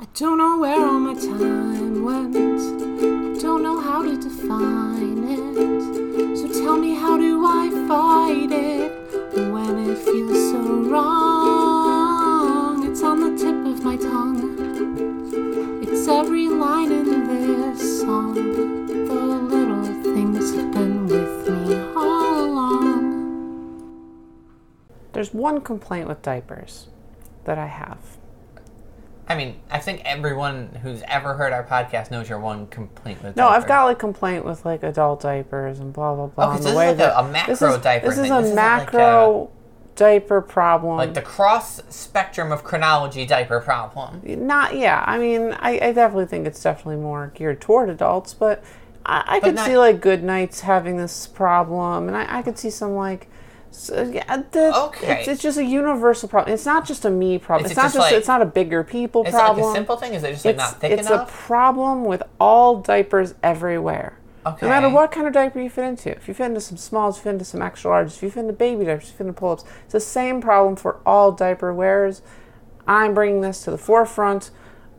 I don't know where all my time went. I don't know how to define it. So tell me, how do I fight it when it feels so wrong? It's on the tip of my tongue. It's every line in this song. The little things have been with me all along. There's one complaint with diapers that I have. I mean, I think everyone who's ever heard our podcast knows your one complaint with No, I've diaper. got like complaint with like adult diapers and blah blah blah. Oh, 'cause and this the is way like a- that- a macro diaper This is, this is thing. a This isn't like macro diaper problem. like the cross spectrum of chronology diaper problem. not yeah i mean I, I definitely think it's definitely more geared toward adults but i, I could not- see like good nights having this problem and i, I could see some like so, yeah, the, Okay. it's, it's just a universal problem it's not just a me problem Is it's, it not just just like- it's not a bigger people Is it problem like a simple thing? Is it just like it's, not thick it's a enough? problem with all diapers everywhere Okay. no matter what kind of diaper you fit into if you fit into some smalls if you fit into some extra large if you fit into baby diapers if you fit into pull-ups it's the same problem for all diaper wearers i'm bringing this to the forefront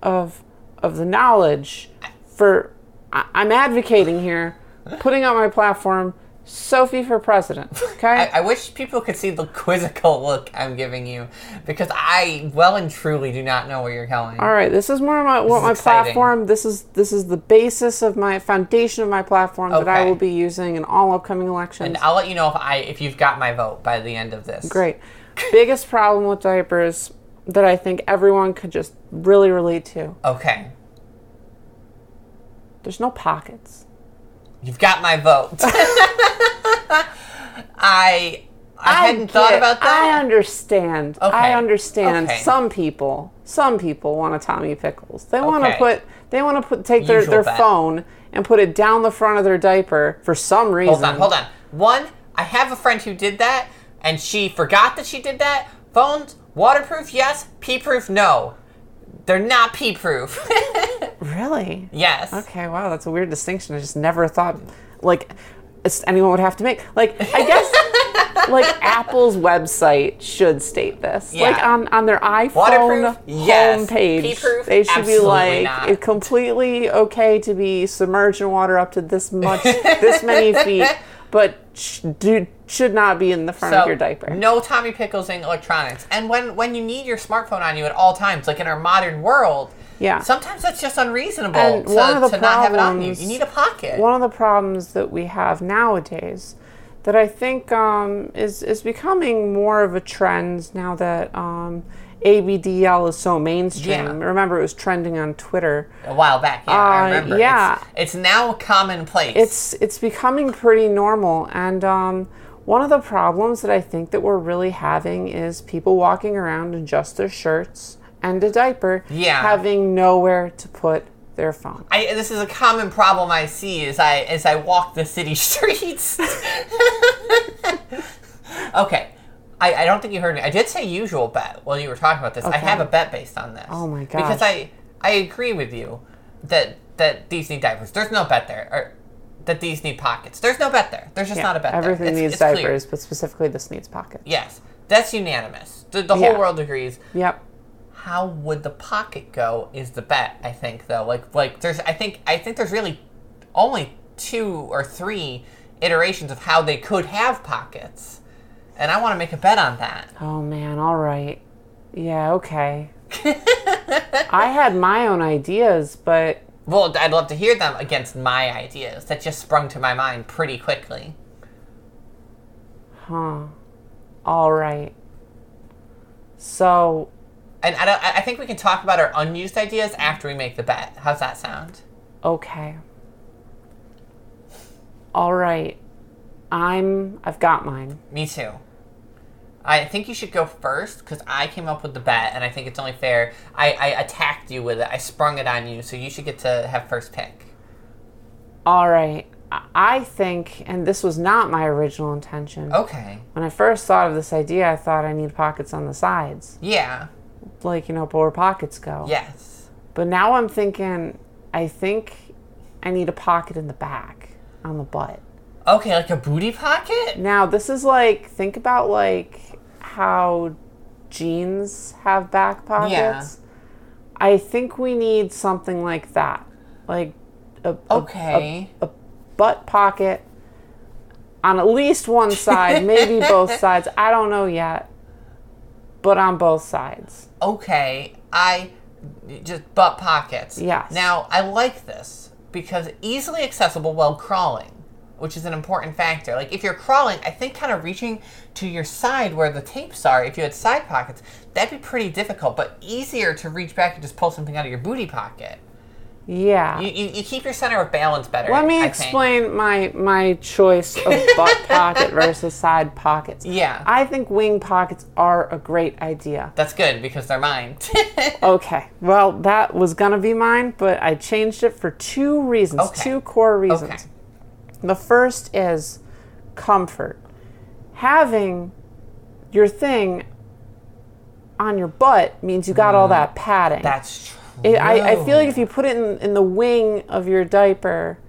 of of the knowledge for I, i'm advocating here putting out my platform sophie for president okay I, I wish people could see the quizzical look I'm giving you because I well and truly do not know where you're going. All right, this is more my what is my exciting. platform. This is this is the basis of my foundation of my platform that I Okay. will be using in all upcoming elections. And I'll let you know if I if you've got my vote by the end of this. Great. Biggest problem with diapers that I think everyone could just really relate to. Okay. There's no pockets. You've got my vote. I I, hadn't thought get- about I that. understand. Okay. I understand. Okay. Some people, some people want a Tommy Pickles. They want Okay. to put. They want to put take their, Usual their bet. phone and put it down the front of their diaper for some reason. hold on, hold on. One, I have a friend who did that, and she forgot that she did that. Phones, waterproof, yes. Pee proof, no. They're not pee proof. Really? yes. Okay, wow, that's a weird distinction. I just never thought like it's- anyone would have to make. Like I guess like Apple's website should state this. Yeah. Like on on their iPhone Waterproof? Yes. homepage, Pee-proof? they should be Absolutely like not. it's completely okay to be submerged in water up to this much, this many feet, but sh- do, should not be in the front of your diaper. No Tommy Pickles in electronics. And when when you need your smartphone on you at all times, like in our modern world, Yeah. sometimes that's just unreasonable And to, one of the to not have it on you. problems- You need a pocket. one of the problems that we have nowadays that I think um, is is becoming more of a trend now that um, ABDL is so mainstream. Yeah. Remember, it was trending on Twitter. a while back, yeah, Uh, I remember. yeah. It's, it's now commonplace. It's it's becoming pretty normal, and um, one of the problems that I think that we're really having is people walking around in just their shirts and a diaper, Yeah. having nowhere to put their phone. I, this is a common problem I see as I as I walk the city streets. okay, I, I don't think you heard me. I did say usual bet while you were talking about this. I have a bet based on this. Oh my gosh. Because I I agree with you that that these need diapers. There's no bet there. Or that these need pockets. There's no bet there. There's just not a bet. there. Everything It's- needs it's clear. diapers, but specifically this needs pockets. Yes, that's unanimous. The, the whole Yeah. world agrees. Yep. how would the pocket go is the bet i think though like like there's i think i think there's really only two or three iterations of how they could have pockets and i want to make a bet on that Oh man, all right. Yeah, okay. I had my own ideas, but well i'd love to hear them against my ideas that just sprung to my mind pretty quickly huh. All right. So, and i don't i I think we can talk about our unused ideas after we make the bet how's that sound okay. All right. I'm I've got mine. Me too. I think you should go first because I came up with the bet, and I think it's only fair. I, I attacked you with it. I sprung it on you, so you should get to have first pick. All right. I- I think and this was not my original intention. Okay. When I first thought of this idea, I thought I need pockets on the sides. Yeah. Like, you know, but where pockets go. Yes. But now I'm thinking, I think I need a pocket in the back on the butt. Okay, like a booty pocket. Now, this is like, think about like how jeans have back pockets. I think we need something like that, like a, a- Okay. a, a butt pocket on at least one side, maybe both sides. I don't know yet, but on both sides. okay, I just butt pockets. Yes. Now I like this because easily accessible while crawling, which is an important factor. Like if you're crawling, I think kind of reaching to your side where the tapes are. If you had side pockets, that'd be pretty difficult, but easier to reach back and just pull something out of your booty pocket. Yeah. You, you, you keep your center of balance better. Let me I think. explain my my choice of butt pocket versus side pockets. Yeah. I think wing pockets are a great idea. That's good because they're mine. Okay. Well, that was going to be mine, but I changed it for two reasons, Okay. two core reasons. okay. The first is comfort. Having your thing on your butt means you Mm. got all that padding. That's true. It, I, I feel like if you put it in, in the wing of your diaper,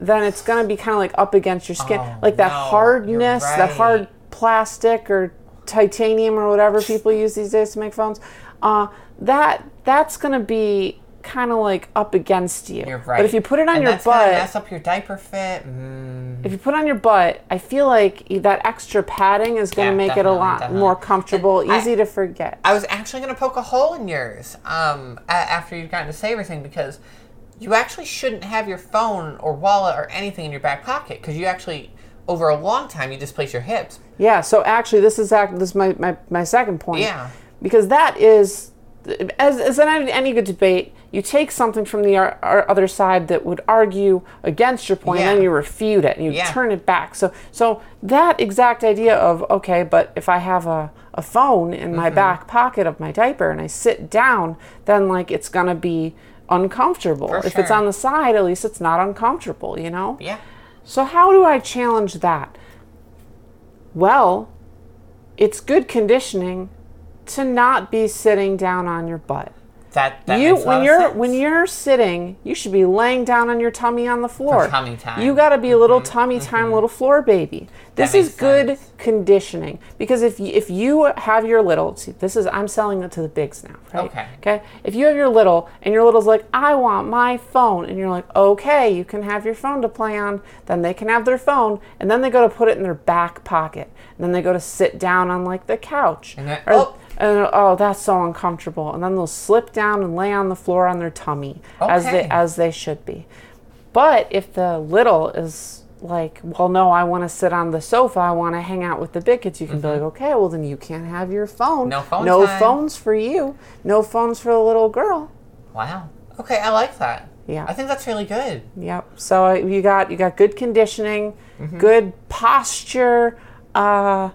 then it's going to be kind of like up against your skin. Oh, like that no, you're hardness, that hard right. plastic or titanium or whatever people use these days to make phones. Uh, that That's going to be kind of like up against you. You're right. But if you put it on And your that's gonna butt, mess up your diaper fit. Mm. if you put it on your butt, I feel like that extra padding is going to Yeah, make it a definitely, lot definitely. more comfortable, And I- easy to forget. I was actually going to poke a hole in yours um, a- after you'd gotten to say everything because you actually shouldn't have your phone or wallet or anything in your back pocket because you actually, over a long time, you displace your hips. Yeah. So actually, this is act. This is my, my my second point. Yeah. Because that is, as as in any, any good debate, you take something from the ar- ar- other side that would argue against your point, Yeah. and then you refute it and you Yeah. turn it back. So so that exact idea of okay, but if I have a a phone in Mm-hmm. my back pocket of my diaper and I sit down, then like it's gonna be uncomfortable. if it's sure. on the side, at least it's not uncomfortable. You know. Yeah. So, how do I challenge that? Well, it's good conditioning to not be sitting down on your butt. That, that You makes a lot when of you're sense. when you're sitting, you should be laying down on your tummy on the floor. tummy time. Mm-hmm. You got to be a little tummy time, little floor baby. This makes is good sense. conditioning because if you, if you have your little, see, this is I'm selling it to the bigs now, right? Okay. Okay. If you have your little and your little's like, I want my phone, and you're like, okay, you can have your phone to play on. Then they can have their phone, and then they go to put it in their back pocket, and then they go to sit down on like the couch, And then- Or- oh. and, oh, that's so uncomfortable. And then they'll slip down and lay on the floor on their tummy as they Okay. as they should be. But if the little is like, well, no, I want to sit on the sofa. I want to hang out with the big kids. You can be like, okay, well then you can't have your phone. Mm-hmm. No phone No time." phones for you. No phones for the little girl. Wow. Okay, I like that. Yeah. I think that's really good. Yep. So uh, you got you got good conditioning, good posture, uh,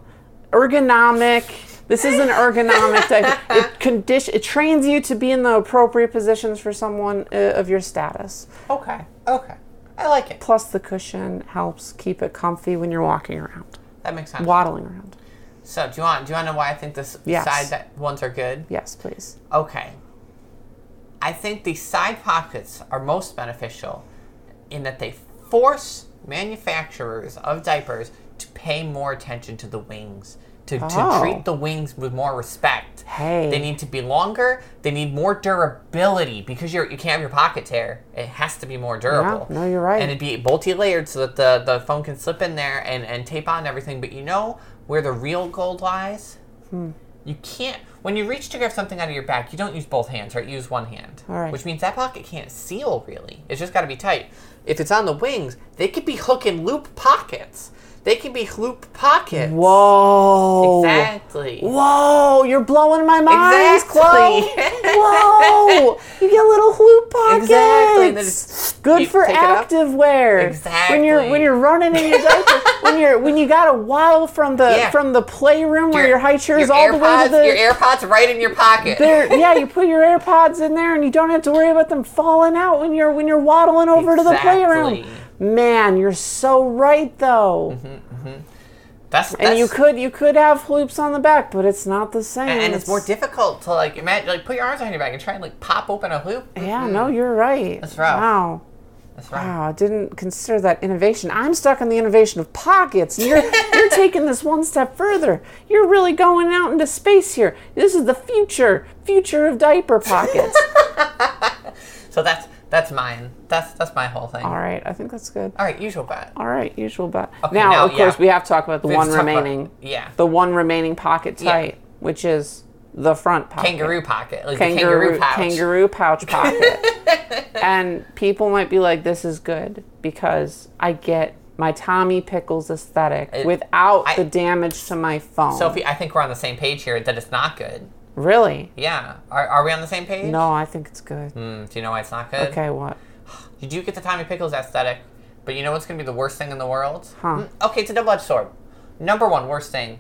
ergonomic. This is an ergonomic type. It condition it trains you to be in the appropriate positions for someone uh, of your status. Okay. Okay. I like it. Plus the cushion helps keep it comfy when you're walking around, That makes sense. waddling around. So, do you want do you want to know why I think this Yes. side that ones are good? Yes, please. Okay. I think the side pockets are most beneficial in that they force manufacturers of diapers to pay more attention to the wings, to, to Oh. treat the wings with more respect. Hey. They need to be longer, they need more durability because you're, you can't have your pocket tear. It has to be more durable. no, you're right. And it'd be multi layered so that the, the phone can slip in there and, and tape on and everything. But you know where the real gold lies? You can't. When you reach to grab something out of your back, you don't use both hands, right? You use one hand. All right. Which means that pocket can't seal really. It's just got to be tight. If it's on the wings, they could be hook and loop pockets. They can be loop pockets. Whoa. Exactly. Whoa, you're blowing my mind, Exactly. Chloe. Whoa, you get little hoop pockets. Exactly, and then it's- Good you for pick it up. active wear. When you're when Exactly. you're running in your diaper, when you're when you got a while from the Yeah. from the playroom where your high chair is your all AirPods, the way to the your AirPods right in your pocket. there- yeah, you put your AirPods in there, and you don't have to worry about them falling out when you're when you're waddling over Exactly. to the playroom. Man, you're so right though. That's, And you that's- could you could have hoops on the back, but it's not the same. and it's, more difficult to like imagine like put your arms behind your back and try and like pop open a hoop. Yeah, no, you're right. That's Mm-hmm. rough. Wow. That's right. Wow, I didn't consider that innovation. I'm stuck on the innovation of pockets. and You're, you're taking this one step further. You're really going out into space here. This is the future, future of diaper pockets. So that's that's mine. That's that's my whole thing. All right, I think that's good. All right, usual bet. All right, usual bet. Okay, now, now, of course, yeah. we have to talk about the We have one to talk about- remaining, yeah. the one remaining pocket tight, which is the front pocket. Kangaroo pocket. Like the kangaroo kangaroo pouch. kangaroo pouch pocket. and people might be like, "This is good because I get my Tommy Pickles aesthetic without I- the damage to my phone." Sophie, I think we're on the same page here that it's not good. really? Yeah. Are, are we on the same page? No, I think it's good. Mm, do you know why it's not good? Okay, what? You do get the Tommy Pickles aesthetic, but you know what's going to be the worst thing in the world? Huh. Mm, Okay, it's a double-edged sword. Number one worst thing,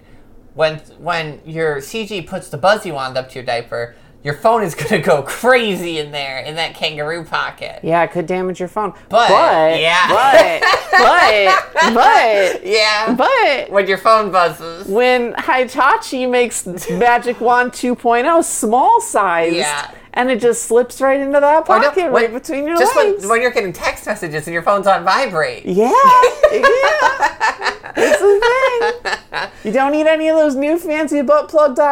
when when your CG puts the buzzy wand up to your diaper, your phone is going to go crazy in there in that kangaroo pocket. Yeah, it could damage your phone. But- but yeah. but but but Yeah. but when your phone buzzes. when Hitachi makes Magic Wand 2.0 small size, Yeah. and it just slips right into that Or no, pocket, right when- between your just legs. When, when you're getting text messages and your phone's on vibrate. yeah, yeah, it's a thing. You don't need any of those new fancy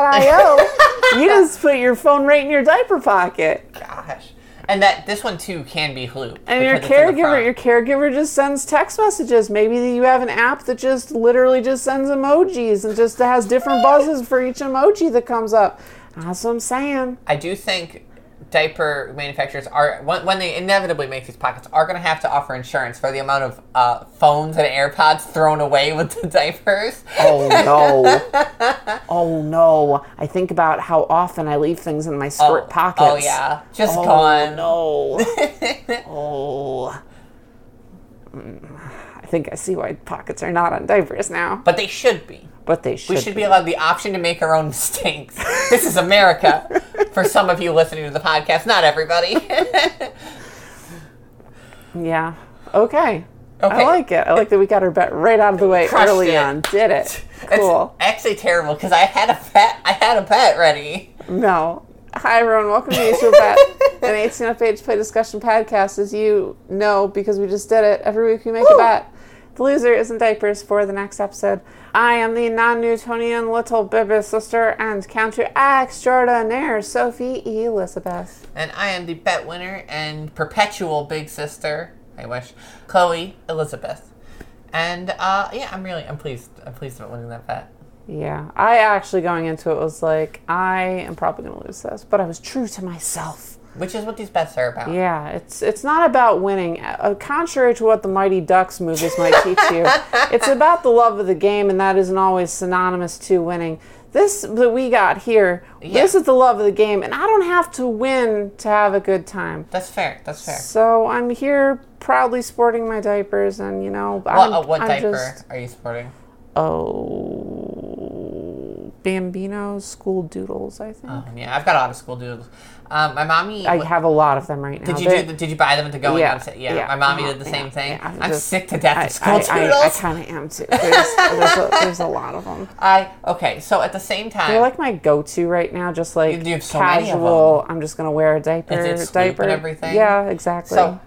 buttplug.io. you just put your phone right in your diaper pocket, Gosh. And that this one too can be looped. and your caregiver, your caregiver just sends text messages. Maybe you have an app that just literally just sends emojis and just has different buzzes for each emoji that comes up. That's what I'm saying. I do think diaper manufacturers are when, when they inevitably make these pockets are going to have to offer insurance for the amount of uh, phones and AirPods thrown away with the diapers. Oh no. oh no. I think about how often I leave things in my skirt pockets. Oh yeah, just Oh, gone. No. oh. Mm, I think I see why pockets are not on diapers now. But they should be. But they should, We should be allowed the option to make our own mistakes. this is America. For some of you listening to the podcast, not everybody. Yeah. Okay. I Okay. like it. I like that we got our bet right out of the way Crushed early it. on. Did it. It's Cool. actually terrible because I had a pet. I had a pet ready. No. Hi, everyone. Welcome to Usual Bet, an 18 up age play discussion podcast. As you know, because we just did it, every week we make a bet. The loser is in diapers for the next episode. I am the non Newtonian little baby sister and counter extraordinaire, Sophie Elizabeth. And I am the bet winner and perpetual big sister. I wish. Chloe Elizabeth. And uh, yeah, I'm really I'm pleased. I'm pleased about winning that bet. Yeah, I actually going into it was like, I am probably going to lose this, but I was true to myself. Which is what these bets are about. Yeah, it's it's not about winning. Uh, contrary to what the Mighty Ducks movies might teach you, it's about the love of the game, and that isn't always synonymous to winning. This that we got here, this Yeah. is the love of the game, and I don't have to win to have a good time. That's fair. That's fair. So I'm here proudly sporting my diapers, and you know, What, I'm, uh, what I'm diaper just are you sporting? oh, Bambino school doodles. I think Um, yeah, I've got a lot of school doodles. Um, my mommy. I w- have a lot of them right now. did you They're- do, the- Did you buy them at the going? Yeah, Yeah, yeah, yeah, My mommy uh-huh, did the yeah, same thing. yeah, I'm I'm just- sick to death of school I, doodles. I, I, kind of am too. There's, there's, a, there's a lot of them. I okay. So at the same time, They're like my go-to right now, just like You have so many of casual. I'm just gonna wear a diaper. Is it sleep and diaper. everything? Yeah, exactly. So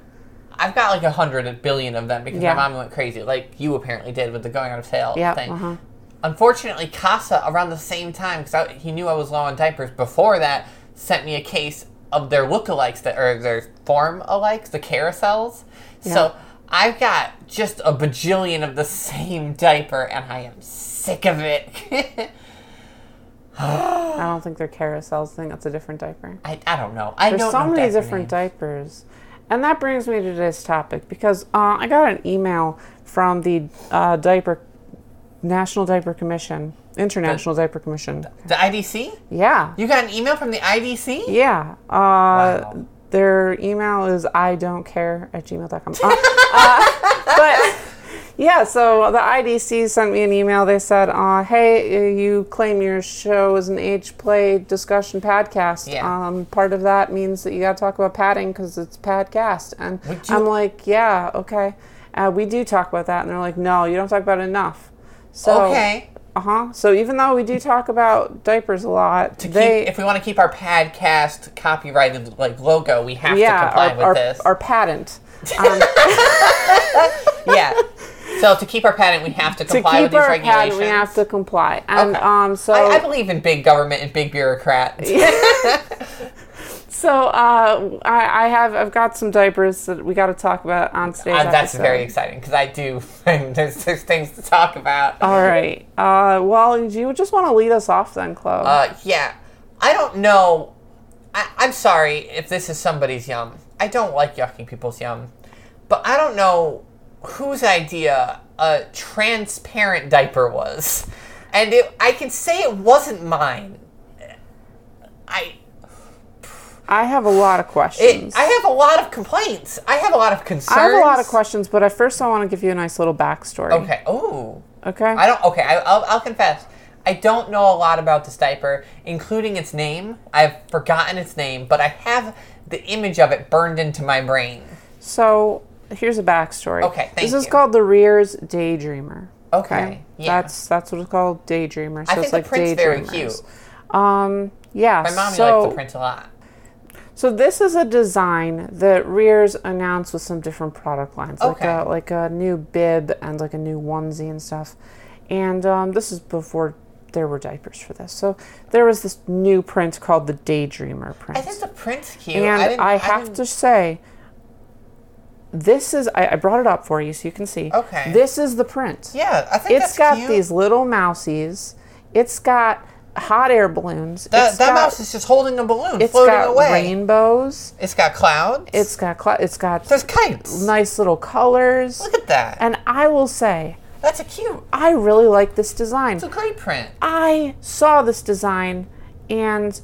I've got like a hundred and billion of them because Yeah. my mom went crazy, like you apparently did with the going out of sale Yep, thing. uh-huh. Unfortunately, Casa around the same time because he knew I was low on diapers. Before that, sent me a case of their lookalikes that or their form alikes, the carousels. So I've got just a bajillion of the same diaper, and I am sick of it. I don't think they're carousels. I think that's a different diaper. I, I don't know. I There's don't so know many diaper different names. diapers. And that brings me to today's topic because uh, I got an email from the uh, diaper National Diaper Commission, International Diaper Commission. The IDC? Yeah, You got an email from the IDC? yeah. Uh, Wow. Their email is I don't care at gmail.com. Uh, but yeah, so the IDC sent me an email. They said, uh, "Hey, uh, you claim your show is an age play discussion podcast. Yeah. Um, part of that means that you got to talk about padding because it's podcast." And Would you- I'm like, "Yeah, okay, uh, we do talk about that." And they're like, "No, you don't talk about it enough." So, Okay. Uh huh. So even though we do talk about diapers a lot, to they keep, if we want to keep our podcast copyrighted like logo, we have to yeah comply our, with our, this. our patent. Um, yeah. So to keep our patent, we have to to comply with keep these our regulations. patent, we have to comply. And Okay. um, so I, I believe in big government and big bureaucrats. So uh, I, I have I've got some diapers that we got to talk about on today's Uh, that's episode. very exciting because I do. And there's there's things to talk about. All right. Uh, well, do you just want to lead us off then, Chloe? Uh, yeah, I don't know. I, I'm sorry if this is somebody's yum. I don't like yucking people's yum, but I don't know whose idea a transparent diaper was, and it, I can say it wasn't mine. I I have a lot of it, questions. I have a lot of complaints. I have a lot of concerns. I have a lot of questions, but at first I want to give you a nice little backstory. Okay. Oh. Okay. I don't. Okay, I, I'll, I'll confess. I don't know a lot about this diaper, including its name. I've forgotten its name, but I have the image of it burned into my brain. So here's a backstory. Okay, thank This is you. Oh, called the Rears Daydreamer. Okay, yeah. That's that's what it's called, Daydreamer. So I it's think like the print's very Daydreamers. cute. Um, yeah. My mommy so, liked the print a lot. So this is a design that Rears announced with some different product lines, Okay. like a, like a new bib and like a new onesie and stuff. And um, this is before there were diapers for this. So there was this new print called the Daydreamer print. I think the print's cute. And I, didn't, I, have didn't- to say, this is, I, I brought it up for you so you can see. Okay. This is the print. Yeah, I think It's that's got cute. these little mousies. It's got hot air balloons. That, it's that got, mouse is just holding a balloon, It's floating got away. rainbows. It's got clouds. It's got, cl- it's got there's kites. nice little colors. Look at that. And I will say, that's a cute. I really like this design. It's a great print. I saw this design and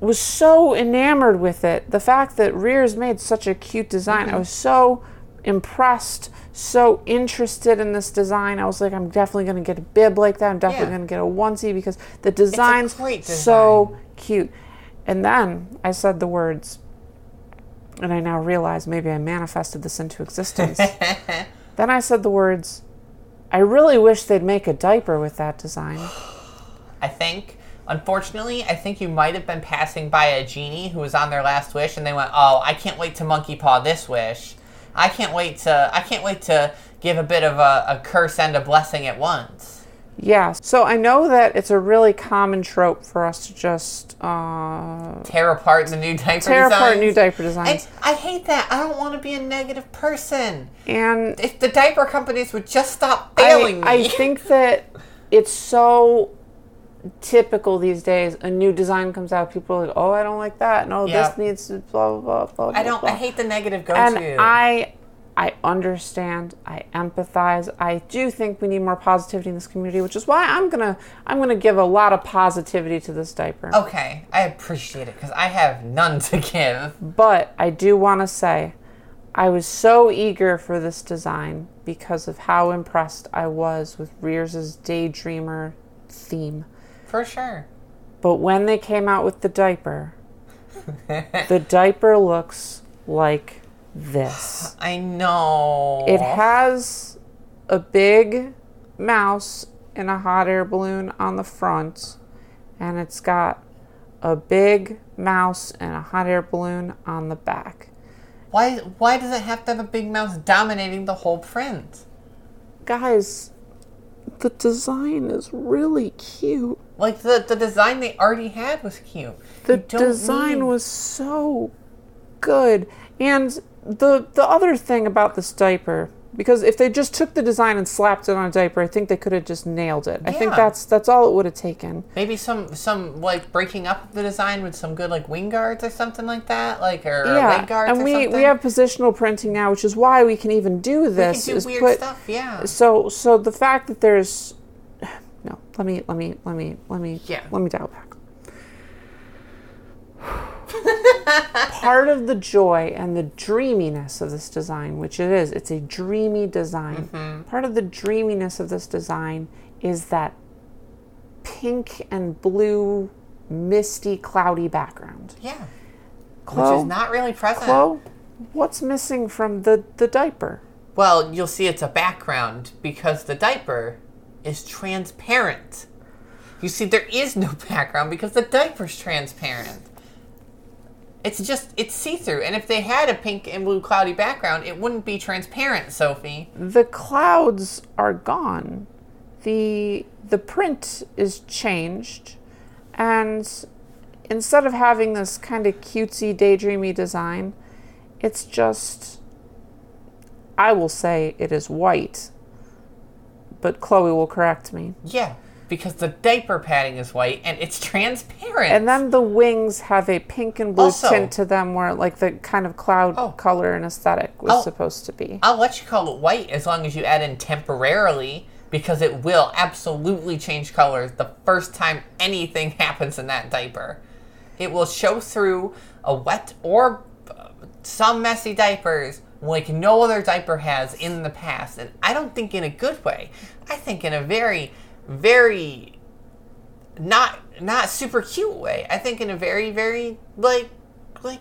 was so enamored with it. The fact that Rears made such a cute design, Mm-hmm. I was so impressed, so interested in this design. I was like, I'm definitely going to get a bib like that. I'm definitely Yeah. going to get a onesie because the design's great so cute. And then I said the words, and I now realize maybe I manifested this into existence. then I said the words, I really wish they'd make a diaper with that design. I think. Unfortunately, I think you might have been passing by a genie who was on their last wish, and they went, "Oh, I can't wait to monkey paw this wish. I can't wait to. I can't wait to give a bit of a, a curse and a blessing at once." Yeah. So I know that it's a really common trope for us to just uh, Tear apart the new diaper. tear apart designs. new diaper I, designs. I hate that. I don't want to be a negative person. And If the diaper companies would just stop I, failing me, I think that it's so typical these days. A new design comes out, people are like, oh, I don't like that. No, Yeah. this needs to blah, blah, blah, blah. I don't. blah. I hate the negative go-to. and I I understand, I empathize. I do think we need more positivity in this community, which is why I'm gonna I'm gonna give a lot of positivity to this diaper. okay, I appreciate it because I have none to give. But I do want to say, I was so eager for this design because of how impressed I was with Rears' Daydreamer theme. For sure. But when they came out with the diaper, the diaper looks like this. I know. It has a big mouse in a hot air balloon on the front, and it's got a big mouse and a hot air balloon on the back. Why why does it have to have a big mouse dominating the whole print? guys, the design is really cute. Like the, the design they already had was cute. The You don't design need- was so good. And the the other thing about this diaper, because if they just took the design and slapped it on a diaper, I think they could have just nailed it. I think Yeah. that's that's all it would have taken. maybe some some like breaking up the design with some good like wing guards or something like that, like or, or leg guards and or we something. we have positional printing now, which is why we can even do You this. can do is weird put- stuff, yeah. So so the fact that there's no let me let me let me let me Yeah. let me dial back. Part of the joy and the dreaminess of this design, which it is, it's a dreamy design. Mm-hmm. Part of the dreaminess of this design is that pink and blue, misty, cloudy background. Yeah. Which Chloe? is not really present. Chloe, what's missing from the, the diaper? Well, you'll see it's a background because the diaper is transparent. You see, there is no background because the diaper's transparent. It's just, it's see through. And if they had a pink and blue cloudy background, it wouldn't be transparent, Sophie. the clouds are gone. The the print is changed and instead of having this kind of cutesy, daydreamy design, it's just. I will say it is white, but Chloe will correct me. Yeah, because the diaper padding is white and it's transparent. And then the wings have a pink and blue Also- tint to them, where like the kind of cloud Oh. color and aesthetic was Oh. supposed to be. I'll let you call it white as long as you add in temporarily because it will absolutely change colors the first time anything happens in that diaper. It will show through a wet or uh, some messy diapers like no other diaper has in the past. And I don't think in a good way. I think in a very, very not not super cute way. I think in a very, very like like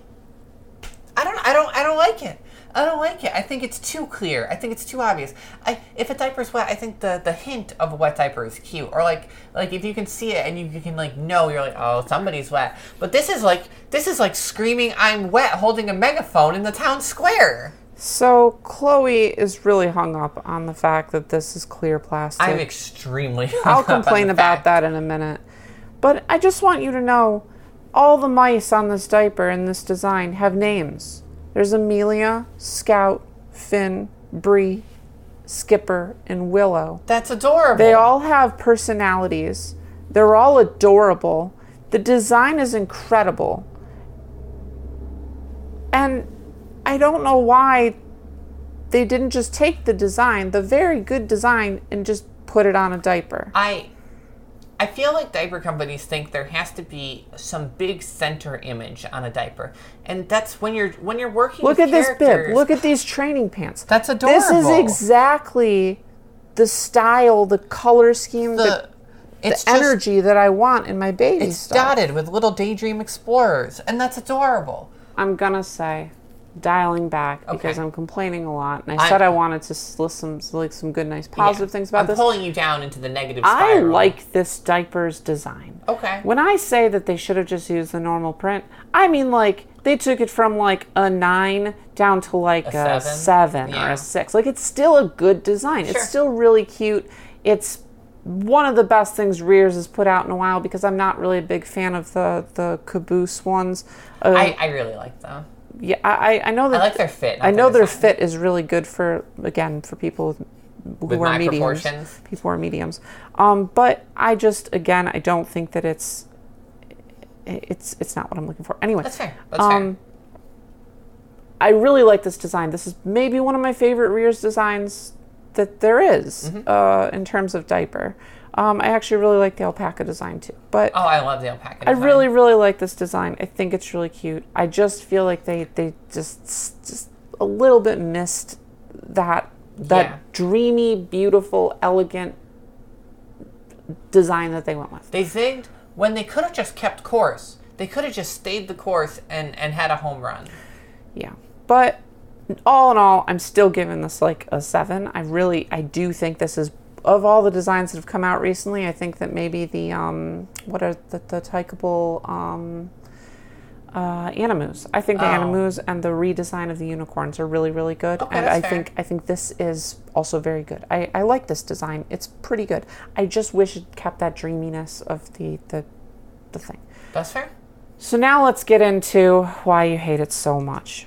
I don't I don't I don't like it. I don't like it. I think it's too clear. I think it's too obvious. I if a diaper's wet, I think the the hint of a wet diaper is cute. Or like like if you can see it and you, you can like know you're like oh somebody's wet. But this is like this is like screaming I'm wet holding a megaphone in the town square. So Chloe is really hung up on the fact that this is clear plastic. I'm extremely. I'll complain about that in a minute. But I just want you to know all the mice on this diaper in this design have names. There's Amelia, Scout, Finn, Bree, Skipper, and Willow. That's adorable. They all have personalities. They're all adorable. The design is incredible. And I don't know why they didn't just take the design, the very good design, and just put it on a diaper. I I feel like diaper companies think there has to be some big center image on a diaper, and that's when you're when you're working. Look with at this bib. characters- Look at these training pants. That's This is adorable. exactly the style, the color scheme, the, the, it's just- energy that I want in my baby It's stuff. dotted with little daydream explorers, and that's adorable. I'm gonna say dialing back because Okay. I'm complaining a lot, and I I'm- said I wanted to s- list some like some good, nice, positive Yeah. things about I'm this. pulling you down into the negative I spiral. like this diaper's design. Okay. When I say that they should have just used the normal print, I mean like they took it from like a nine down to like a, seven? seven or Yeah. a six. Like it's still a good design. Sure. It's still really cute. It's one of the best things Rears has put out in a while because I'm not really a big fan of the the caboose ones. Uh, I, I really like them. yeah, I, I- I know that. like their fit, not I know their their design. fit is really good for again for people with, who With are my mediums. proportions. People who are mediums. Um, but I just again I don't think that it's it's it's not what I'm looking for. Anyway, That's fair. That's Um, I really like this design. This is maybe one of my favorite rears designs that there is, Mm-hmm. uh, in terms of diaper. Um, I actually really like the alpaca design too, but. fair. Oh, I love the alpaca. I design. really, really like this design. I think it's really cute. I just feel like they they just just a little bit missed that that Yeah. dreamy, beautiful, elegant design that they went with. They zigged when they could have just kept course. They could have just stayed the course and and had a home run. Yeah, but all in all, I'm still giving this like a seven. I really, I do think this is of all the designs that have come out recently. I think that maybe the um, what are the the Taikeable um. Uh, animus. I Oh. think the animus and the redesign of the unicorns are really, really good, and that's I fair. think I think this is also very good. I, I like this design. It's pretty good. I just wish it kept that dreaminess of the the, the thing. That's fair. So now let's get into why you hate it so much.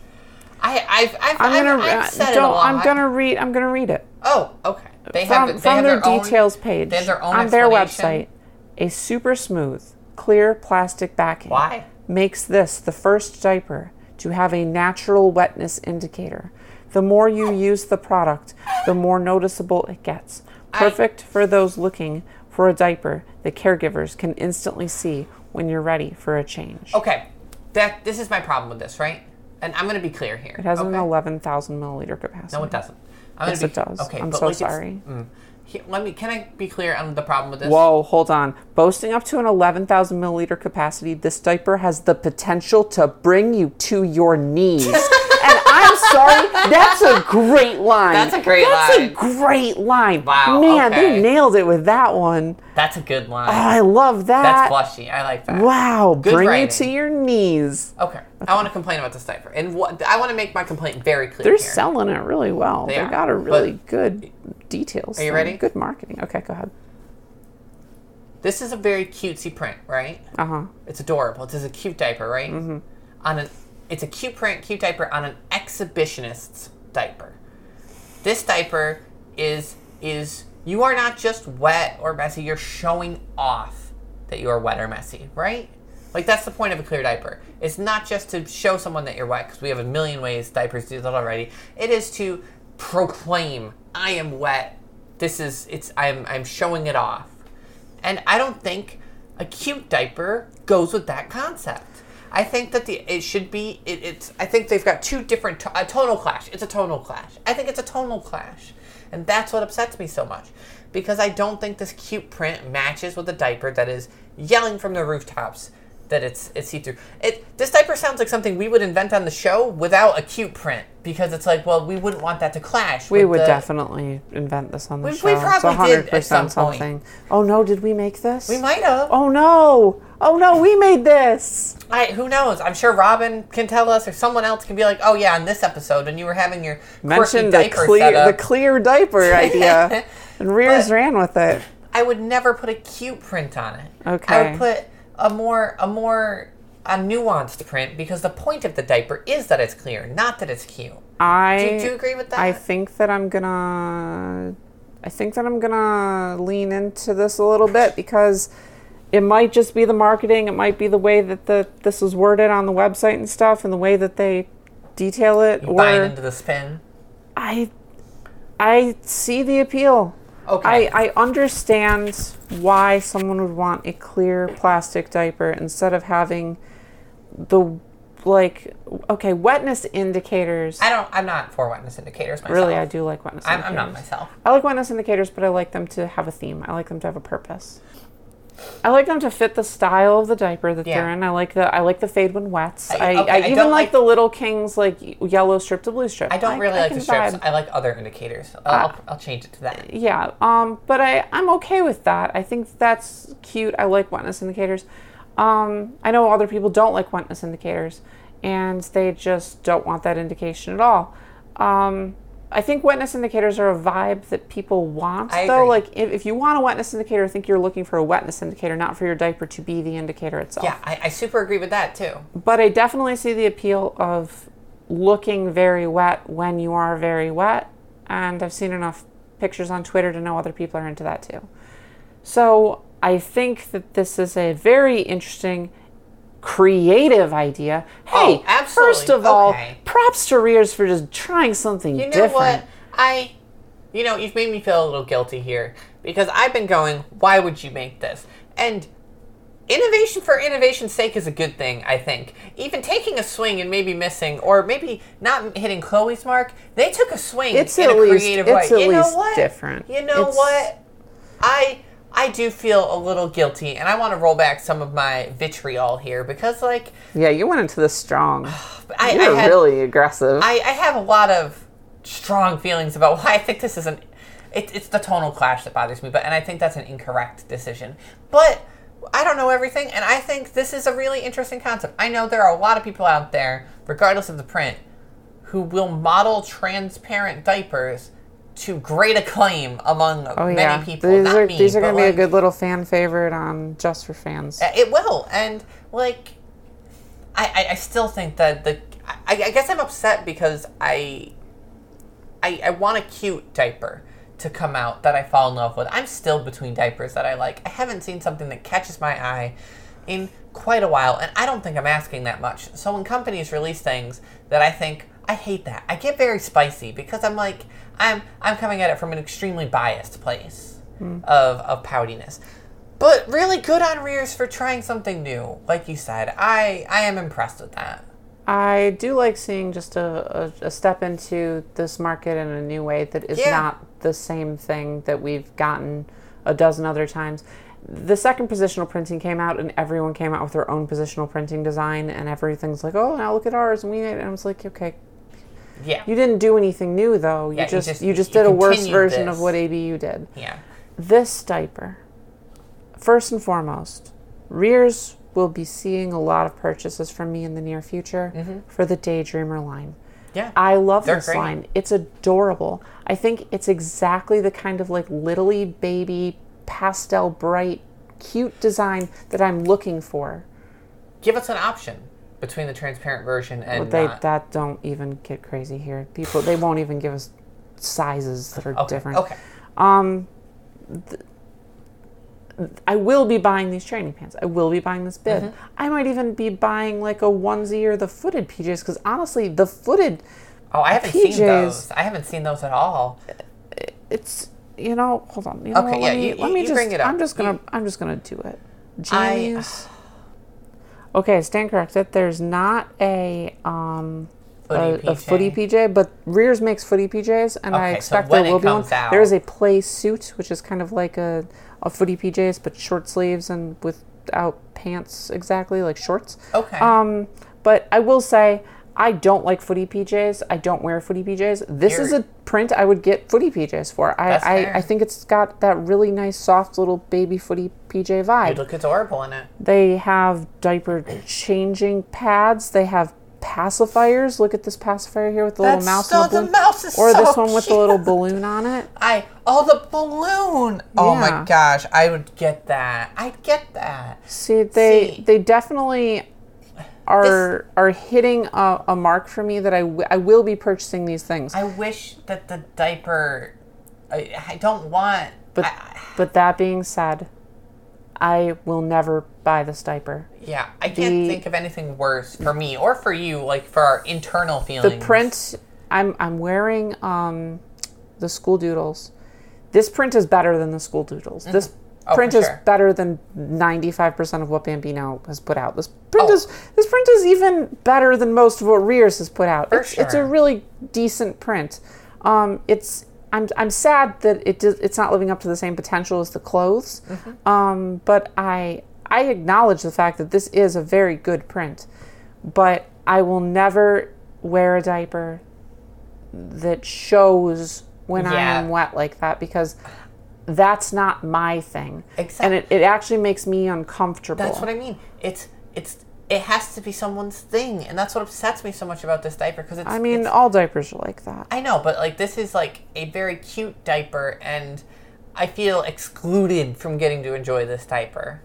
I I've I've, I'm gonna. I've, I I've said it a don't, lot. I'm gonna read. I'm gonna read it Oh, okay. They from, have they from have their, their, own- details page They have their own on their website. explanation. A super smooth, clear plastic backing Why? makes this the first diaper to have a natural wetness indicator. The more you use the product, the more noticeable it gets. Perfect for those looking for a diaper that caregivers can instantly see when you're ready for a change. Okay, that this is my problem with this, right? And I'm gonna be clear here. It has okay? an 11,000 milliliter capacity. No, it doesn't. I'm Yes, gonna it be, does. Okay, I'm but so like it's- sorry. mm. Here, let me. Can I be clear on the problem with this? Whoa, hold on. Boasting up to an 11,000 milliliter capacity, this diaper has the potential to bring you to your knees. and I'm sorry, that's a great line. That's a great line. That's a great line. Wow, Man, they okay. nailed it with that one. That's a good line. Oh, I love That's that. flushy. I like that. wow, bring you writing. to your knees. Okay. I want to complain about this diaper, and what I want to make my complaint very clear. They're here. selling it really well. They, are, got a really but- good details. Are you ready? Good marketing. Okay, go ahead. This is a very cutesy print, right? Uh huh. It's adorable. It's a cute diaper, right? Mm-hmm. On an, it's a cute print, cute diaper on an exhibitionist's diaper. This diaper is is you are not just wet or messy. You're showing off that you are wet or messy, right? Like that's the point of a clear diaper. It's not just to show someone that you're wet because we have a million ways diapers do that already. It is to proclaim I am wet. This is it's I'm I'm showing it off. And I don't think a cute diaper goes with that concept. I think that the it should be it, it's I think they've got two different to- a tonal clash. It's a tonal clash. I think it's a tonal clash. And that's what upsets me so much because I don't think this cute print matches with a diaper that is yelling from the rooftops that it's it's see through. It this diaper sounds like something we would invent on the show without a cute print because it's like well we wouldn't want that to clash. We with would the- definitely invent this on the We- we show. it's probably did at 100% some point. something. Oh no, did we make this? We might have. Oh no! Oh no, we made this! I, who knows? I'm sure Robin can tell us, or someone else can be like, "Oh yeah, on this episode, when you were having your quirky Mentioned the diaper clear, the setup, clear diaper idea. and Rears But- ran with it. I would never put a cute print on it. I Okay. would put a more a more a nuanced print because the point of the diaper is that it's clear, not that it's cute. I Do, do you agree with that? I think that I'm gonna. I think that I'm gonna lean into this a little bit because it might just be the marketing. It might be the way that the this is worded on the website and stuff, and the way that they detail it. buying Or into the spin. I, I see the appeal. Okay. I, I understand why someone would want a clear plastic diaper instead of having the like okay wetness indicators. I don't. I'm not for wetness indicators myself. really, I do like wetness. I'm, I'm indicators. not myself. I like wellness indicators, but I like them to have a theme. I like them to have a purpose. I like them to fit the style of the diaper that they're Yeah. in. I like the I like the fade when wets. I, okay, I I even don't like like- the little kings like y- yellow strip to blue strip. I don't really like can the strips. vibe. Ah. I like other indicators. I'll, I'll, I'll change it to that. Yeah, um, but I I'm okay with that. I think that's cute. I like wetness indicators. Um, I know other people don't like wetness indicators, and they just don't want that indication at all. Um, I think wetness indicators are a vibe that people want, I though. agree. Like if, if you want a wetness indicator, I think you're looking for a wetness indicator, not for your diaper to be the indicator itself. Yeah, I, I super agree with that too. But I definitely see the appeal of looking very wet when you are very wet. And I've seen enough pictures on Twitter to know other people are into that too. So I think that this is a very interesting, creative idea. Hey, Oh, absolutely. first of all, Okay. props to Rears for just trying something You know different. what? I, you know, you've made me feel a little guilty here because I've been going, why would you make this? And innovation for innovation's sake is a good thing, I think. Even taking a swing and maybe missing, or maybe not hitting Chloe's mark, they took a swing It's in at a least- creative it's way. at you know least what? different. You know It's- what? I I do feel a little guilty, and I want to roll back some of my vitriol here because, like, Yeah, you went into this strong. I, You're I had really aggressive. I, I have a lot of strong feelings about why I think this isn't. It, it's the tonal clash that bothers me, but and I think that's an incorrect decision. But I don't know everything, and I think this is a really interesting concept. I know there are a lot of people out there, regardless of the print, who will model transparent diapers to great acclaim among Oh, many yeah. people. these not are, me, these are but, going to be like, uh, a good little fan favorite on Just for Fans. it will, and like, I, I, I still think that the I, I guess I'm upset because I, I I want a cute diaper to come out that I fall in love with. I'm still between diapers that I like. I haven't seen something that catches my eye in quite a while, and I don't think I'm asking that much. So when companies release things that I think I hate that, I get very spicy because I'm like I'm I'm coming at it from an extremely biased place Hmm. of of poutiness. But really good on Rears for trying something new. Like you said, I I am impressed with that. I do like seeing just a, a, a step into this market in a new way that is Yeah. not the same thing that we've gotten a dozen other times. The second positional printing came out, and everyone came out with their own positional printing design, and everything's like, "Oh, now look at ours!" And we made it. And I was like, "Okay, Yeah. you didn't do anything new, though. You Yeah, you just you just, just- you did a worse continued version of this. what ABU did." yeah. this diaper, first and foremost, Rears will be seeing a lot of purchases from me in the near future for the Daydreamer line. Yeah. I love Mm-hmm. They're this great. line. It's adorable. I think it's exactly the kind of like littly baby pastel bright cute design that I'm looking for. Give us an option between the transparent version and But they not. that don't even get crazy here. People they won't even give us sizes that are okay. different. Okay. Um, th- I will be buying these training pants. I will be buying this bib. Mm-hmm. I might even be buying like a onesie or the footed PJs because honestly, the footed, Oh, I haven't seen PJs. those. I haven't seen those at all. it's you know. Hold on. You know Okay, what, yeah, Let me, you- let you- me you just. bring it up. I'm just gonna. You- I'm just gonna do it. I- Genius. okay, stand corrected. There's not a um. Footy a, a PJ. footy PJ, but Rears makes footy PJs, and I Okay, so expect when there it will be one. comes out- There is a play suit, which is kind of like a, a footy PJs, but short sleeves and without pants exactly, like shorts. Okay. Um, but I will say, I don't like footy PJs. I don't wear footy PJs. This is You're- a print I would get footy PJs for. I, That's fair. I, I think it's got that really nice, soft little baby footy PJ vibe. It'd look adorable in it. They have diaper changing pads. They have pacifiers. Look at this pacifier here with the little That's mouse. so- and the balloon. mouse is or so this one with the little cute. balloon on it. I oh the balloon. Oh Yeah. my gosh, I would get that. I'd get that. See, they See. they definitely are are hitting a, a mark for me that I, w- I will be purchasing these things. I wish that the diaper. I, I don't want. but I, but that being said, I will never buy this diaper. yeah, I can't the- think of anything worse for me or for you, like for our internal feelings. The print I'm I'm wearing um the school doodles. This print is better than the school doodles. This Oh, for print is sure. better than 95% of what Bambino has put out. This Oh. print is this print is even better than most of what Rears has put out. it's, it's a sure. really decent print. Um, it's I'm, I'm sad that it does, it's not living up to the same potential as the clothes. Mm-hmm. Um, but I I acknowledge the fact that this is a very good print. But I will never wear a diaper that shows when Yeah. I'm wet like that because that's not my thing. Exact- And it, it actually makes me uncomfortable. That's what I mean. It's it's it has to be someone's thing, and that's what upsets me so much about this diaper because it's. I mean, it's- all diapers are like that. I know, but like this is like a very cute diaper, and I feel excluded from getting to enjoy this diaper.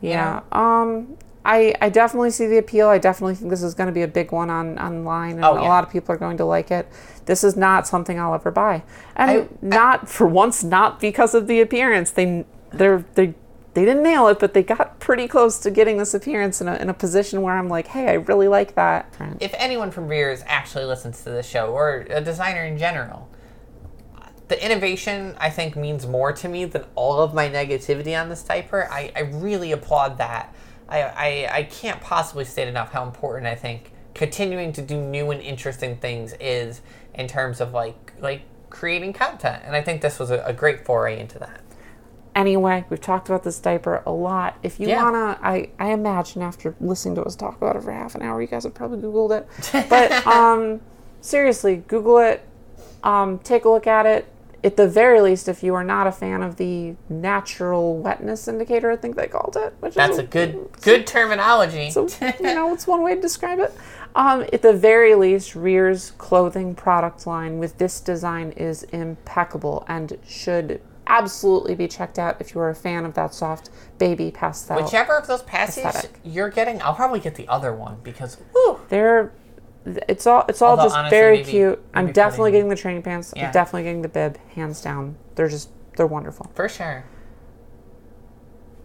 yeah. Um I, I definitely see the appeal. I definitely think this is going to be a big one on online, and Oh, a yeah. lot of people are going to like it. This is not something I'll ever buy, and I- not for once, not because of the appearance. They they're, they they didn't nail it, but they got pretty close to getting this appearance in a, in a position where I'm like, hey, I really like that. if anyone from Rears actually listens to this show or a designer in general, the innovation I think means more to me than all of my negativity on this diaper. I, I really applaud that. I, I, I can't possibly state enough how important I think continuing to do new and interesting things is in terms of like like creating content. And I think this was a, a great foray into that. anyway, we've talked about this diaper a lot. If you Yeah. wanna, I, I imagine after listening to us talk about it for half an hour, you guys have probably googled it. But um, seriously, Google it. Um, take a look at it. At the very least, if you are not a fan of the natural wetness indicator, I think they called it, which That's is a good good terminology. so, you know, it's one way to describe it. Um, at the very least, Rear's clothing product line with this design is impeccable and should absolutely be checked out if you are a fan of that soft baby pastel. Whichever of those pasties Aesthetic. you're getting, I'll probably get the other one because whew, They're, it's all it's all Although, just honestly, very maybe- cute. I'm maybe definitely putting- getting the training pants. Yeah. I'm definitely getting the bib, hands down. They're just they're wonderful. for sure.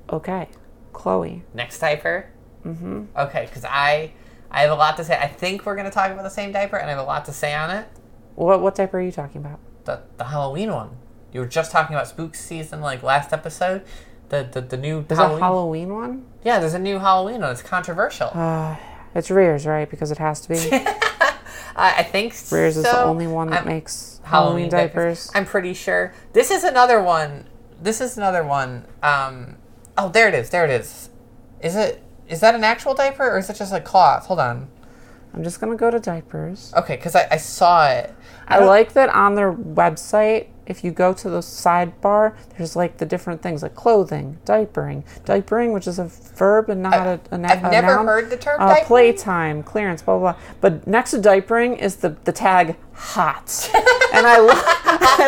Okay, Chloe. next diaper. Mm-hmm. Okay, because I I have a lot to say. I think we're gonna talk about the same diaper, and I have a lot to say on it. What what diaper are you talking about? The the Halloween one. You were just talking about spook season, like last episode. The the, the new There's Halloween. a Halloween one. yeah, there's a new Halloween one. It's controversial. Uh, It's Rear's, right? Because it has to be. I, I think Rear's so. is the only one that I'm- makes Halloween Halloween, diapers. I'm pretty sure. This is another one. This is another one. Um, oh, there it is. There it is. Is it? Is that an actual diaper or is it just a cloth? Hold on. I'm just gonna go to diapers. Okay, because I, I saw it. I, like that on their website. If you go to the sidebar, there's like the different things like clothing, diapering, diapering, which is a verb and not a a, na- I've a never noun. heard the term Uh, diapering. playtime, clearance, blah, blah blah. But next to diapering is the the tag hot, and I lo-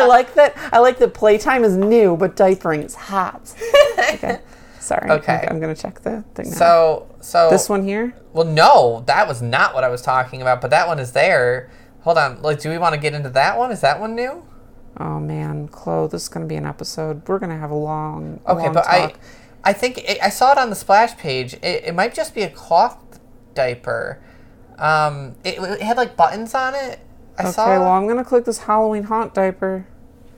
I like that. I like that playtime is new, but diapering is hot. Okay. Sorry. Okay. I'm, I'm gonna check the thing. now. So so this one here. Well, no, that was not what I was talking about. But that one is there. Hold on. Like, do we want to get into that one? Is that one new? Oh man, Chloe, this is gonna be an episode. We're gonna have a long. a Okay, long but I, talk. I think it, I saw it on the splash page. It, it might just be a cloth diaper. Um, it, it had like buttons on it. I saw. Okay. Well, I'm gonna click this Halloween haunt diaper.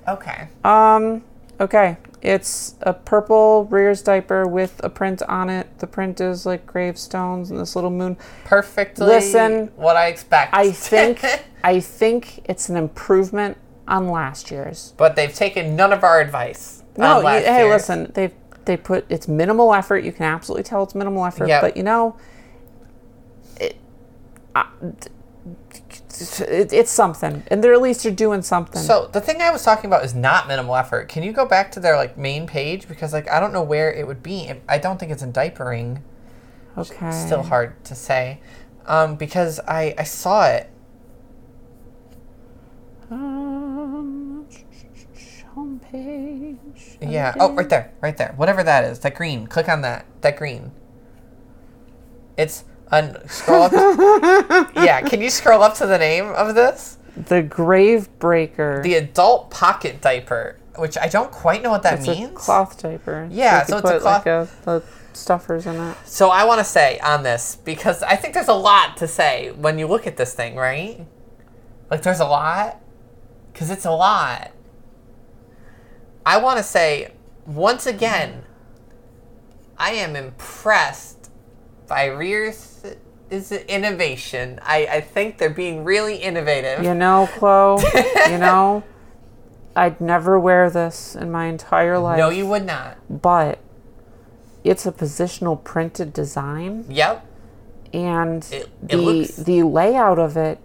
okay. Um. Okay. It's a purple rears diaper with a print on it. The print is like gravestones and this little moon. Perfectly. listen, What I expect. I think I think it's an improvement on last year's. but they've taken none of our advice. No, on last you, hey, year's. listen, they they put it's minimal effort. You can absolutely tell it's minimal effort, Yep. but you know, it, I- it, it's something, and they're at least they're doing something. So the thing I was talking about is not minimal effort. Can you go back to their like main page because like I don't know where it would be. I don't think it's in diapering. okay, Still hard to say, um, because I I saw it. Um, homepage. Yeah. Oh, right there, right there. Whatever that is, that green. Click on that. That green. It's un. Scroll up. yeah. Can you scroll up to the name of this? The grave breaker. The adult pocket diaper, which I don't quite know what that it's means. a cloth diaper. Yeah, you so could put, it's a Like a, the stuffers in it. So I want to say on this because I think there's a lot to say when you look at this thing, right? Like there's a lot cuz it's a lot. I want to say once again I am impressed by Rears is it innovation. I, I think they're being really innovative. You know, Chloe, you know, I'd never wear this in my entire life. No, you would not. But it's a positional printed design, Yep. and It- it the looks- the layout of it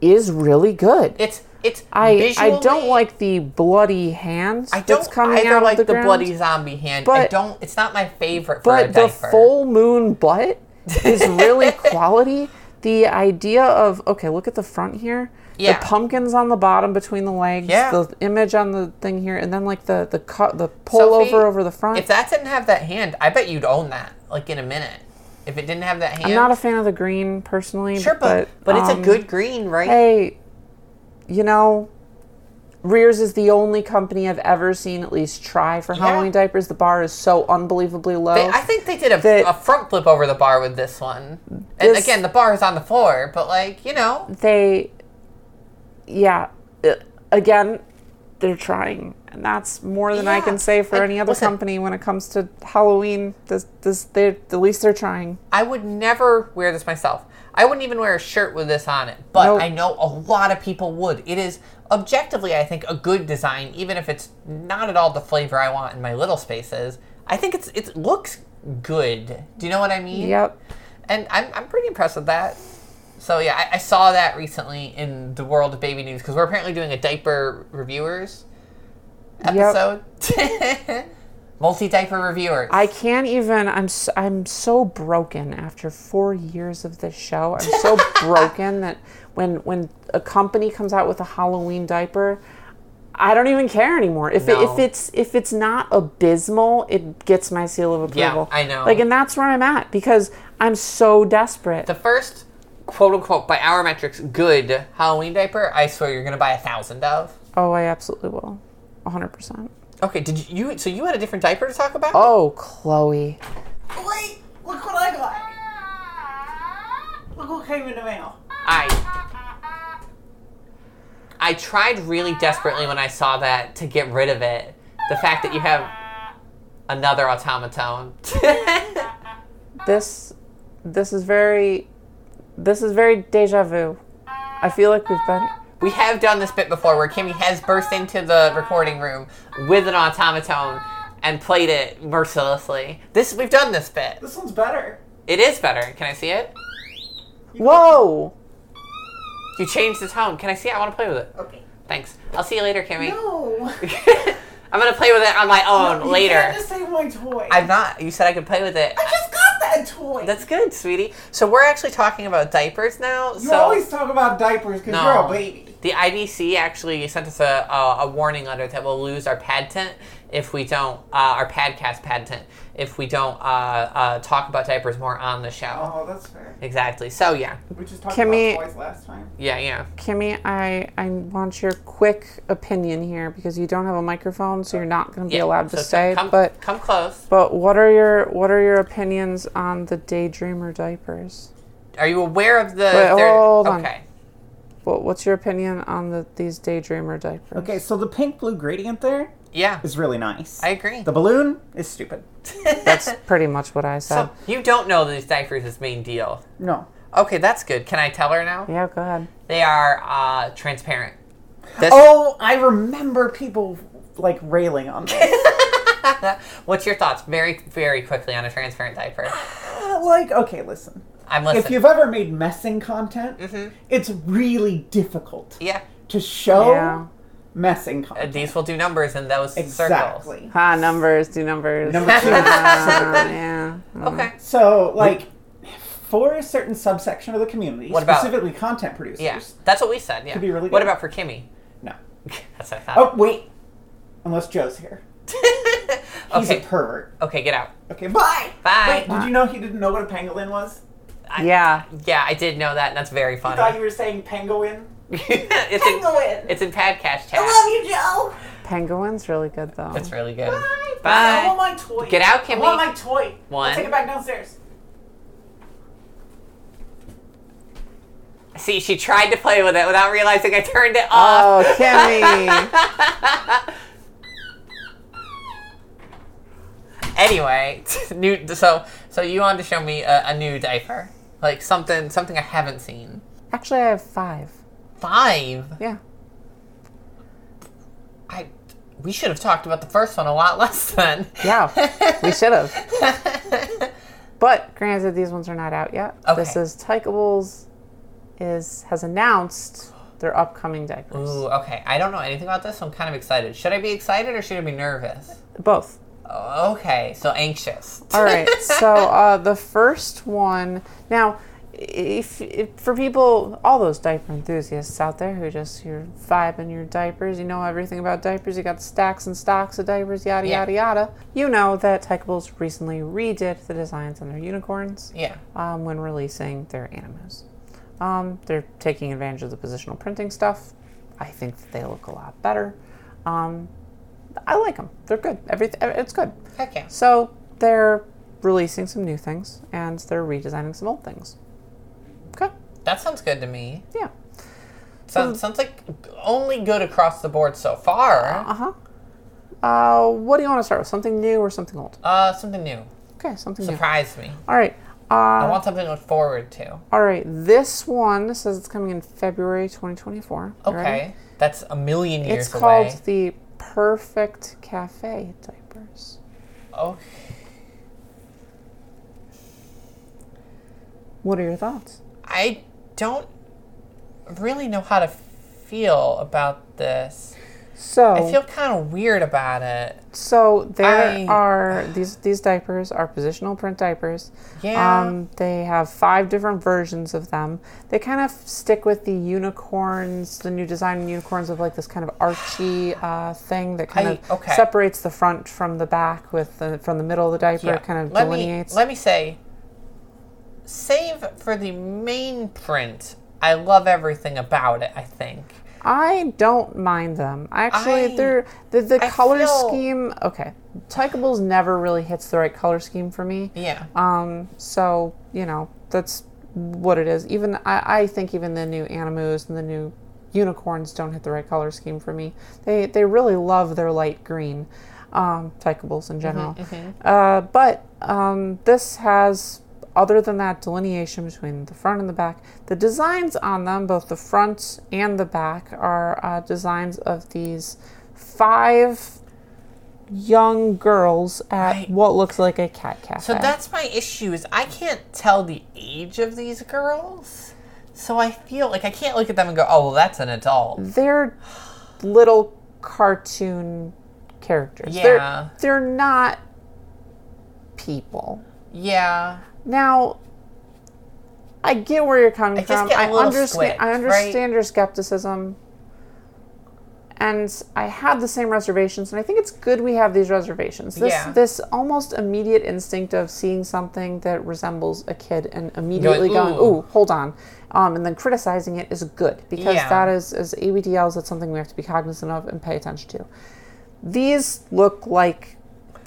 is really good. It's it's I I don't visually- like the bloody hands I don't that's coming either out of like the, the, ground, bloody zombie hand. I But- don't. It's not my favorite. for a but the diaper. full moon butt is really quality. The idea of okay, look at the front here. Yeah. The pumpkins on the bottom between the legs. Yeah. The image on the thing here, and then like the the cut, the pullover Sophie, over the front. If that didn't have that hand, I bet you'd own that like in a minute. If it didn't have that hand, I'm not a fan of the green personally. sure, but but, it's um, a good green, right? Hey, you know, Rears is the only company I've ever seen at least try for Halloween diapers. The bar is so unbelievably low. They- I think they did a, that- a front flip over the bar with this one. And This- again, the bar is on the floor, but like you know, they yeah uh, again they're trying and that's more than i Yeah. can say for I- any other listen. company when it comes to halloween this this they at least they're trying I would never wear this myself. I wouldn't even wear a shirt with this on it, but Nope. I know a lot of people would. It is objectively, I think, a good design, even if it's not at all the flavor I want in my little spaces. I think it's it looks good. Do you know what I mean? yep and I'm, I'm pretty impressed with that. So yeah, I, I saw that recently in the world of baby news because we're apparently doing a diaper reviewers episode, multi diaper reviewers. i can't even i'm s i'm so broken after four years of this show i'm so broken that when when a company comes out with a halloween diaper I don't even care anymore. If, it, No. if it's if it's not abysmal, it gets my seal of Yeah, approval. I know. Like, and that's where I'm at because I'm so desperate. the first quote unquote by our metrics good Halloween diaper, I swear you're gonna buy a thousand of. oh, I absolutely will. 100%. Okay, did you you- so you had a different diaper to talk about? Oh, Chloe. Wait, look what I got. Look what came in the mail. I I tried really desperately when I saw that to get rid of it. The fact that you have another automaton. This this is very this is very deja vu. I feel like we've been we have done this bit before where Kimmy has burst into the recording room with an automaton and played it mercilessly. This we've done this bit. This one's better. It is better. Can I see it? Whoa. You changed the tone. Can I see it? I want to play with it. Okay. Thanks. I'll see you later, Kimmy. No. I'm gonna play with it on my own You later. can't just take my toy. I'm not. You said I could play with it. I just got that toy. That's good, sweetie. So we're actually talking about diapers now. you so always talk about diapers because No. you're a baby. The IDC actually sent us a, a, a warning letter that we'll lose our patent if we don't, uh, our podcast patent, if we don't uh, uh, talk about diapers more on the show. Oh, that's fair. Exactly. So, yeah. We just talked Can about we- toys last time. Yeah, yeah. Kimmy, I, I want your quick opinion here because you don't have a microphone, so you're not going to be yeah. allowed to So say. Come, but come close. but what are your what are your opinions on the daydreamer diapers? Are you aware of the. Wait, there- hold on. okay. What, what's your opinion on the, these daydreamer diapers? Okay, so the pink blue gradient there Yeah. is really nice. I agree. The balloon is stupid. That's pretty much what I said. So, you don't know these diapers' main deal. No. Okay, that's good. Can I tell her now? yeah, go ahead. They are uh, transparent. This, Oh, I remember people like railing on this. What's your thoughts, very, very quickly, on a transparent diaper? like, okay, listen. I'm listening. If you've ever made messing content, it's really difficult Mm-hmm. yeah, to show Yeah. messing uh, content. these will do numbers in those circles. exactly. Ha, numbers, do numbers. Number two. Ah, yeah. Okay. So, like, for a certain subsection of the community, What about- specifically content producers. Yeah, that's what we said. Yeah. Could be really what good. about for Kimmy? No. That's what I thought. Oh, wait. Unless Joe's here. Oh, He's okay. a pervert. okay, get out. Okay, bye. Bye. Wait, did you know he didn't know what a pangolin was? I, Yeah. Yeah, I did know that, and that's very I thought funny. you were saying penguin. it's in, Penguin. it's in Padcast I chat. love you, Joe. Penguin's really good though. That's really good. Bye. Bye. I want my toy. Get out, I Kimmy. want my toy. One. I'll take it back downstairs. See, she tried to play with it without realizing I turned it Oh, off. Kimmy. Anyway, new. So, so you wanted to show me a, a new diaper, like something, something I haven't seen. Actually, I have five. Five. Yeah. I. We should have talked about the first one a lot less then. Yeah, we should have. But granted, these ones are not out yet. This Okay. is Tykeables is has announced their upcoming diapers. Ooh, okay. I don't know anything about this, so I'm kind of excited. Should I be excited or should I be nervous? Both. Oh, okay, so anxious. All right. So uh, the first one now, if, if for people, all those diaper enthusiasts out there who just you're vibing your diapers, you know everything about diapers. You got stacks and stocks of diapers, yada Yeah. yada yada. You know that Tykeables recently redid the designs on their unicorns. Yeah. um, when releasing their animus. Um, they're taking advantage of the positional printing stuff. I think that they look a lot better. Um, I like them. They're good. Everything it's good. Heck yeah. So they're releasing some new things and they're redesigning some old things. Okay. That sounds good to me. Yeah. Mm. Sounds, sounds like only good across the board so far. Uh huh. Uh, what do you want to start with? Something new or something old? Uh, something new. Okay, something new. Surprise me. All right. I Uh, want something to look forward to. all right. This one says it's coming in February 2024. You ready? Okay. That's a million years It's called away. the Perfect Cafe diapers. Okay. What are your thoughts? I don't really know how to feel about this. So, I feel kind of weird about it. so there I- are these these diapers are positional print diapers. Yeah. Um, they have five different versions of them. They kind of stick with the unicorns, the new design in unicorns of like this kind of archy uh, thing that kind I- of okay. separates the front from the back with the, from the middle of the diaper. Yeah. It kind of let delineates. Me, let me say, save for the main print, I love everything about it, I think. I don't mind them. Actually, I- they're the, the I color feel- scheme. Okay, Tykeables never really hits the right color scheme for me. Yeah. Um. So you know that's what it is. Even I, I think even the new Animus and the new unicorns don't hit the right color scheme for me. They they really love their light green, um, Tykeables Mm-hmm, in general. Uh, but um, this has. Other than that delineation between the front and the back, the designs on them, both the front and the back, are uh, designs of these five young girls at Right. what looks like a cat cafe. so that's my issue is I can't tell the age of these girls. So I feel like I can't look at them and go, oh, well, that's an adult. Mm. they're little cartoon characters. Yeah. They're, they're not people. Yeah. Now, I get where you're coming I just from. get a I little understand. squicked, I right? understand your skepticism. and I had the same reservations, and I think it's good we have these reservations. This Yeah. this almost immediate instinct of seeing something that resembles a kid and immediately going, "Ooh." "Ooh, hold on," um, and then criticizing it is good because Yeah. that is as ABDLs, that's something we have to be cognizant of and pay attention to. These look like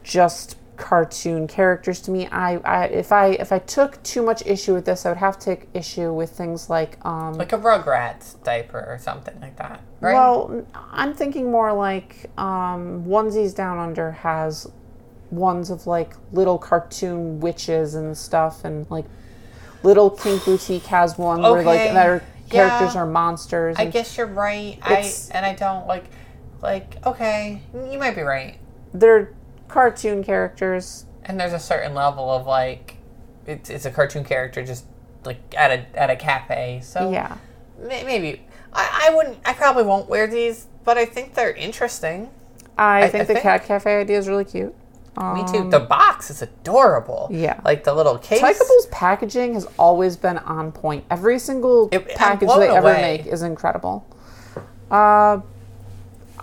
just cartoon characters to me. I, I if I if I took too much issue with this, I would have to take issue with things like um, Like a Rugrats diaper or something like that, right? well, I'm thinking more like um, onesies down under has ones of like little cartoon witches and stuff, and like little Pink Boutique has one where like Okay, their characters yeah. are monsters. I and guess you're right. I It's- and I don't like, like okay, you might be right. They're cartoon characters. And there's a certain level of like, it's it's a cartoon character just like at a at a cafe. So Yeah. may, maybe I, I wouldn't. I probably won't wear these, but I think they're interesting. I, I- think I the think- cat cafe idea is really cute. Me too. The box is adorable. Um, yeah. like the little case. Tykeable's packaging has always been on point. Every single It- I'm package blown they ever away. make is incredible. Uh,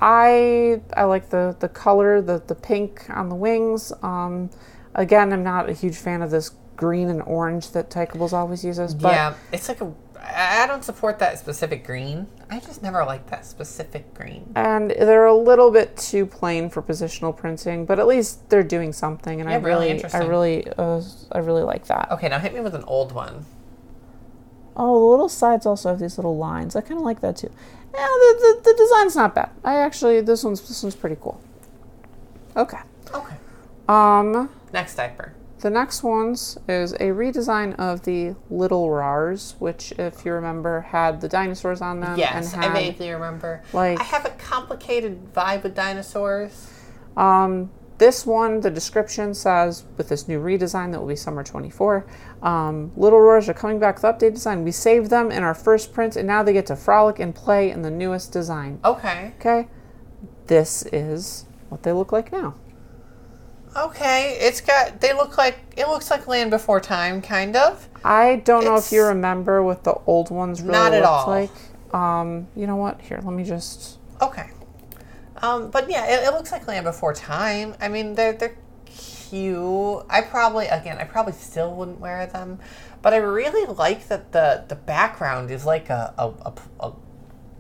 I I like the the color, the the pink on the wings. Um, again, I'm not a huge fan of this green and orange that Tykeable's always uses, but yeah, it's like a. I I don't support that specific green. I just never like that specific green. and they're a little bit too plain for positional printing, but at least they're doing something, and I Yeah, really really, I interesting. really, uh, I really like that. Okay, now hit me with an old one. Oh, the little sides also have these little lines. I kind of like that too. Yeah, the, the, the design's not bad. I actually this one's this one's pretty cool. Okay. Okay, Um, next diaper. the next one's is a redesign of the Little Rars, which, if you remember, had the dinosaurs on them. Yes, Um, and I had, vaguely remember. like- I have a complicated vibe with dinosaurs. Um, this one, the description says, with this new redesign that will be summer 24, um, Little Roars are coming back with updated design. We saved them in our first print, and now they get to frolic and play in the newest design. Okay. Okay. This is what they look like now. Okay, it's got. They look like it looks like Land Before Time, kind of. I don't know if It's- you remember what the old ones really Not at looked all. like. Um, you know what? Here, let me just. Okay, um, but yeah, it, it looks like Land Before Time. I mean, they're they're cute. I probably again, I probably still wouldn't wear them, but I really like that the the background is like a a, a, a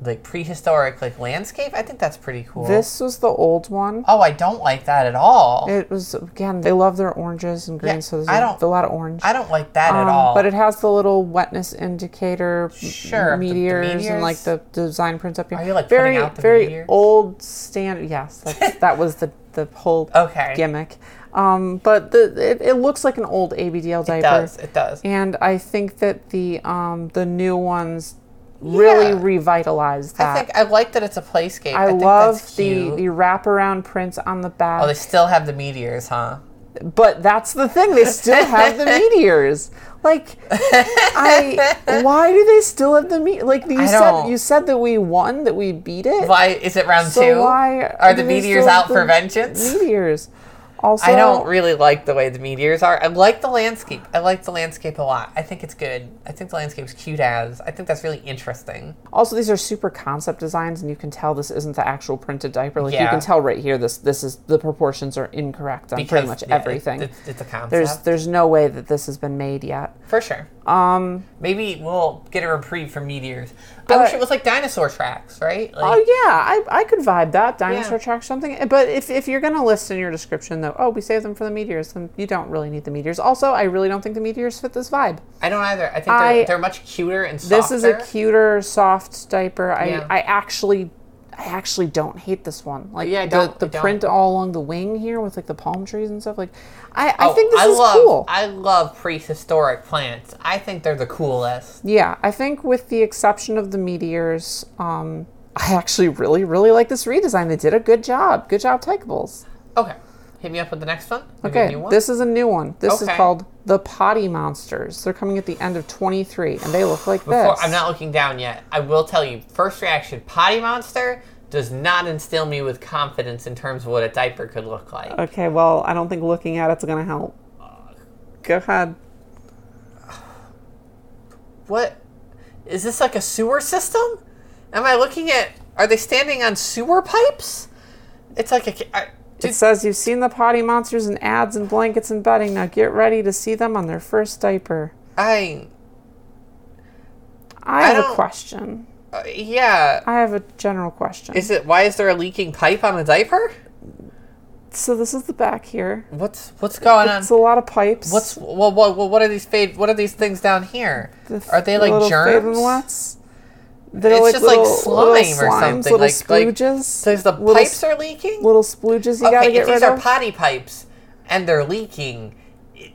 like prehistoric like landscape. I think that's pretty cool. This was the old one. Oh, I don't like that at all. It was again. They love their oranges and greens, so there's I a- don't- a lot of orange. I don't like that at Um, all. But it has the little wetness indicator m- Sure, the- the meteors, and meteors. like the design prints up here. Are you, like, very putting out the very meteors? old stand? Yes, that's, that was the the whole Okay. gimmick. Um, but the it, it looks like an old ABDL diaper. it does. It does. And I think that the um, the new ones really Yeah. revitalize that. I think I like that it's a playscape. I think love that's the, cute. the wraparound prints on the back. Oh, they still have the meteors, huh? But that's the thing; they still have the meteors. Like, I why do they still have the meteor? Like you I said, don't- you said that we won, that we beat it. Why is it round So two? why are the do they meteors still out have for the vengeance? Meteors. Also, I don't really like the way the meteors are. I like the landscape. I like the landscape a lot. I think it's good. I think the landscape's cute as. I think that's really interesting. Also, these are super concept designs, and you can tell this isn't the actual printed diaper. Like you Yeah. can tell right here, this this is the proportions are incorrect on pretty much yeah, it- everything. it's, it's a concept. there's there's no way that this has been made yet. for sure. Um, Maybe we'll get a reprieve from meteors. I But- wish it was like dinosaur tracks, right? Like, oh yeah, I, I could vibe that dinosaur Yeah. track something. But if, if you're gonna list in your description though, oh we saved them for the meteors, then you don't really need the meteors. Also, I really don't think the meteors fit this vibe. I don't either. I think I- they're, they're much cuter and softer. This is a cuter, soft diaper. I, Yeah. I actually I actually don't hate this one. Like Yeah, I don't- the, I the don't. print all along the wing here with like the palm trees and stuff. Like I, I Oh, think this is love, cool. I love prehistoric plants. I think they're the coolest. yeah, I think with the exception of the meteors, um, I actually really, really like this redesign. They did a good job. Good job, Takeables. Okay, hit me up with the next one. Maybe a Okay, new one? this is a new one. This is Okay. called the Potty Monsters. They're coming at the end of 23, and they look like this. Or- I'm not looking down yet. I will tell you, first reaction, potty monster does not instill me with confidence in terms of what a diaper could look like. Okay, well, I don't think looking at it's gonna help. Go ahead. What is this like a sewer system? Am I looking at Are they standing on sewer pipes? It's like a. ca- I- It says you've seen the potty monsters in ads and blankets and bedding. Now get ready to see them on their first diaper. I. I I have a don't- question. uh, yeah. I have a general question. Is it? Why is there a leaking pipe on a diaper? so this is the back here. What's What's going on? It's a lot of pipes. What's well, well, well, what are these fade? What are these things down here? The f- Are they like little germs? Fadenlets. They're It's like just like little, little slime or slimes, something, Little like- like- splooges. So the little, pipes are leaking. little splooges you gotta okay, if get these rid are of. potty pipes and they're leaking, it-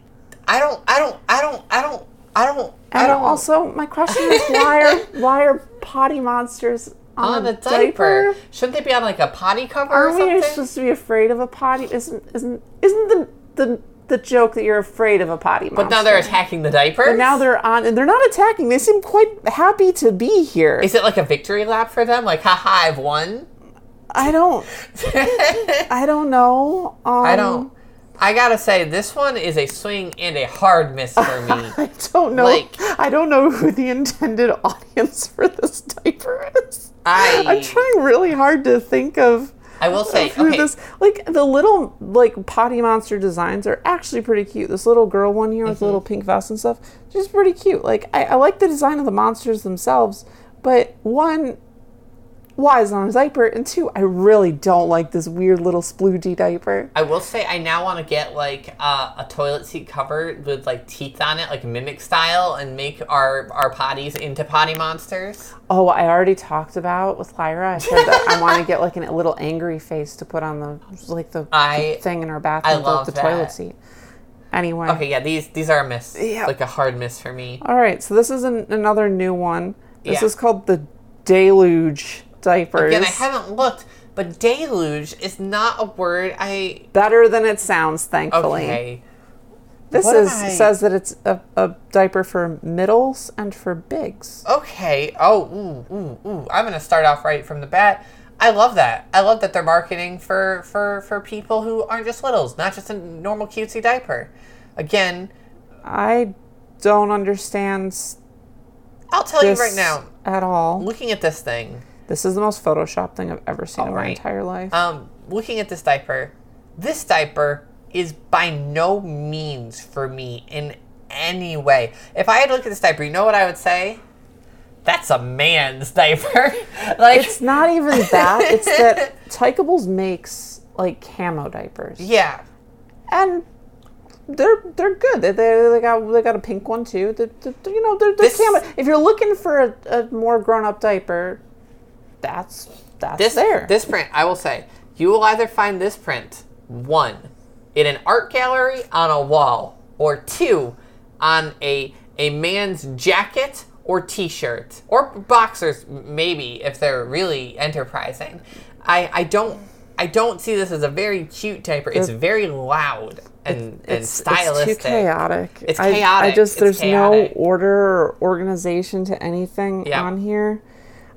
I don't, I don't, I don't, I don't, I don't, I and don't. also, my question is why are why are potty monsters on, on a diaper. Shouldn't they be on like a potty cover or Aren't we something? supposed to be afraid of a potty? Isn't isn't isn't the the the joke that you're afraid of a potty monster? But now they're attacking the diaper. But now they're on, and they're not attacking. They seem quite happy to be here. Is it like a victory lap for them? Like, haha, I've won. I don't, I don't know. Um, I don't. I gotta say, this one is a swing and a hard miss for me. I don't know. Like- I don't know who the intended audience for this diaper is. I- I'm trying really hard to think of. I will say, of who okay, this like the little like potty monster designs are actually pretty cute. This little girl one here with a little pink vest and stuff, she's pretty cute. Like I, I like the design of the monsters themselves, but one, why is it on a diaper? And two, I really don't like this weird little sploogey diaper. I will say, I now want to get like uh, a toilet seat cover with like teeth on it, like mimic style, and make our our potties into potty monsters. Oh, I already talked about with Lyra. I said that I want to get like an, a little angry face to put on the like the I- thing in her bathroom, like love the toilet that. seat. Anyway, Okay, yeah, these these are a miss. Yeah. like a hard miss for me. All right, so this is an, another new one. This Yeah. is called the Deluge diapers. Again, I haven't looked, but deluge is not a word I. Better than it sounds, thankfully. Okay. This What is am I- says that it's a, a diaper for middles and for bigs. Okay. Oh, ooh, ooh, ooh. I'm gonna start off right from the bat. I love that. I love that they're marketing for for for people who aren't just littles, not just a normal cutesy diaper. Again, I don't understand s- I'll tell this you right now. at all. Looking at this thing, This is the most Photoshop thing I've ever seen in my right. entire life. um, looking at this diaper, this diaper is by no means for me in any way. If I had to look at this diaper, you know what I would say? That's a man's diaper. like it's not even that. it's that Tykables makes like camo diapers. yeah. and they're they're good. They, they, they got they got a pink one too. They, they- they- you know they're, they're This- camo. If you're looking for a, a more grown up diaper, that's that's This there. this print, I will say, you will either find this print one in an art gallery on a wall, or two on a a man's jacket or t-shirt or boxers m- maybe if they're really enterprising. I I don't I don't see this as a very cute diaper. It's very loud and, and stylistic. It's too chaotic. It's I- I, chaotic. just It's there's chaotic. no order or organization to anything Yeah. on here.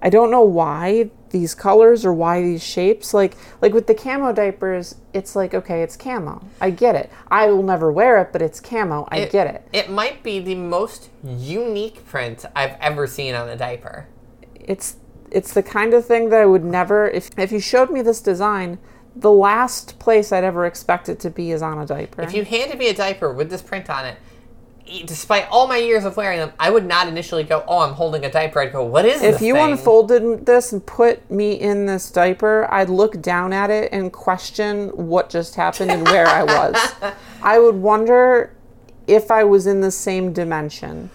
I don't know why these colors or why these shapes. Like like with the camo diapers, it's like okay, it's camo. I get it. I will never wear it, but it's camo. I get it. It might be the most unique print I've ever seen on a diaper. it's it's the kind of thing that I would never if if you showed me this design, the last place I'd ever expect it to be is on a diaper. If you handed me a diaper with this print on it, e- despite all my years of wearing them, I would not initially go, "Oh, I'm holding a diaper." I'd go, "What is this?" if you thing?" unfolded this and put me in this diaper, I'd look down at it and question what just happened and where I was. I would wonder if I was in the same dimension.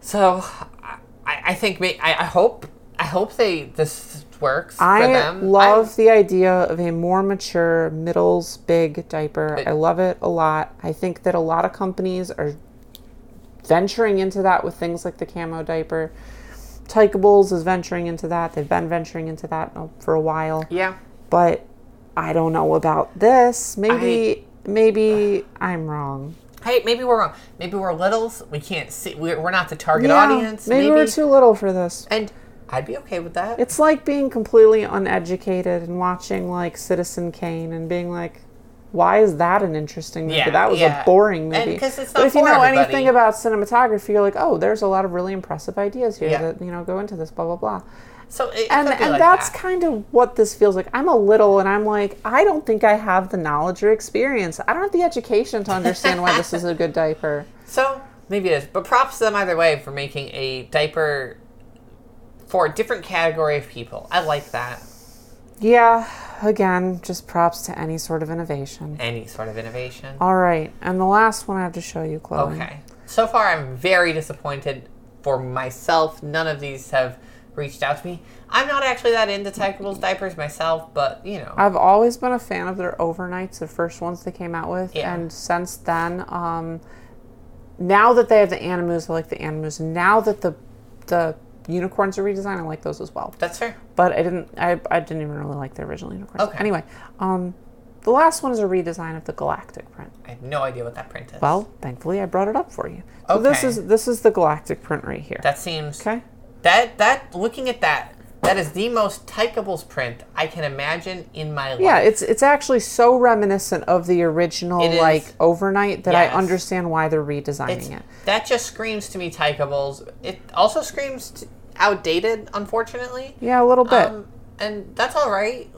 so I, I I think may- I, I hope I hope they this works for I them. love the idea of a more mature middles big diaper. I love it a lot. I think that a lot of companies are venturing into that with things like the camo diaper. Tykables is venturing into that. They've been venturing into that now for a while. I- yeah. But I don't know about this. Maybe maybe I'm wrong. Hey, maybe we're wrong. Maybe we're littles. We can't see. We're, we're not the target Yeah, audience. maybe, we're too little for this. And I'd be okay with that. It's like being completely uneducated and watching like Citizen Kane and being like, why is that an interesting movie? Yeah, that was yeah. a boring And movie. 'cause it's but not if you for know everybody. anything about cinematography, you're like, oh, there's a lot of really impressive ideas here Yeah. that you know go into this, blah blah blah. So it and could be and like that's that. kind of what this feels like. I'm a little, and I'm like, I don't think I have the knowledge or experience. I don't have the education to understand why this is a good diaper. So maybe it is, but props to them either way for making a diaper for a different category of people. I like that. Yeah, again, just props to any sort of innovation. Any sort of innovation. All right, and the last one I have to show you, Chloe. Okay. So far, I'm very disappointed for myself. None of these have reached out to me. I'm not actually that into Tecrables diapers myself, but you know, I've always been a fan of their overnights, the first ones they came out with, Yeah. and since then, um, now that they have the Animus, I like the Animus. Now that the the unicorns are redesigned, I like those as well. that's fair. but I didn't. I, I didn't even really like the original unicorns. Okay. Anyway, um, the last one is a redesign of the Galactic print. I have no idea what that print is. Well, thankfully, I brought it up for you. So this Okay. is this is the Galactic print right here. that seems okay. That that looking at that, that is the most Tykeables print I can imagine in my life. Yeah, it's it's actually so reminiscent of the original It is- like overnight that Yes. I understand why they're redesigning It's- it. that just screams to me Tykeables. It also screams t outdated, unfortunately. Yeah, a little bit. Um, and that's all right.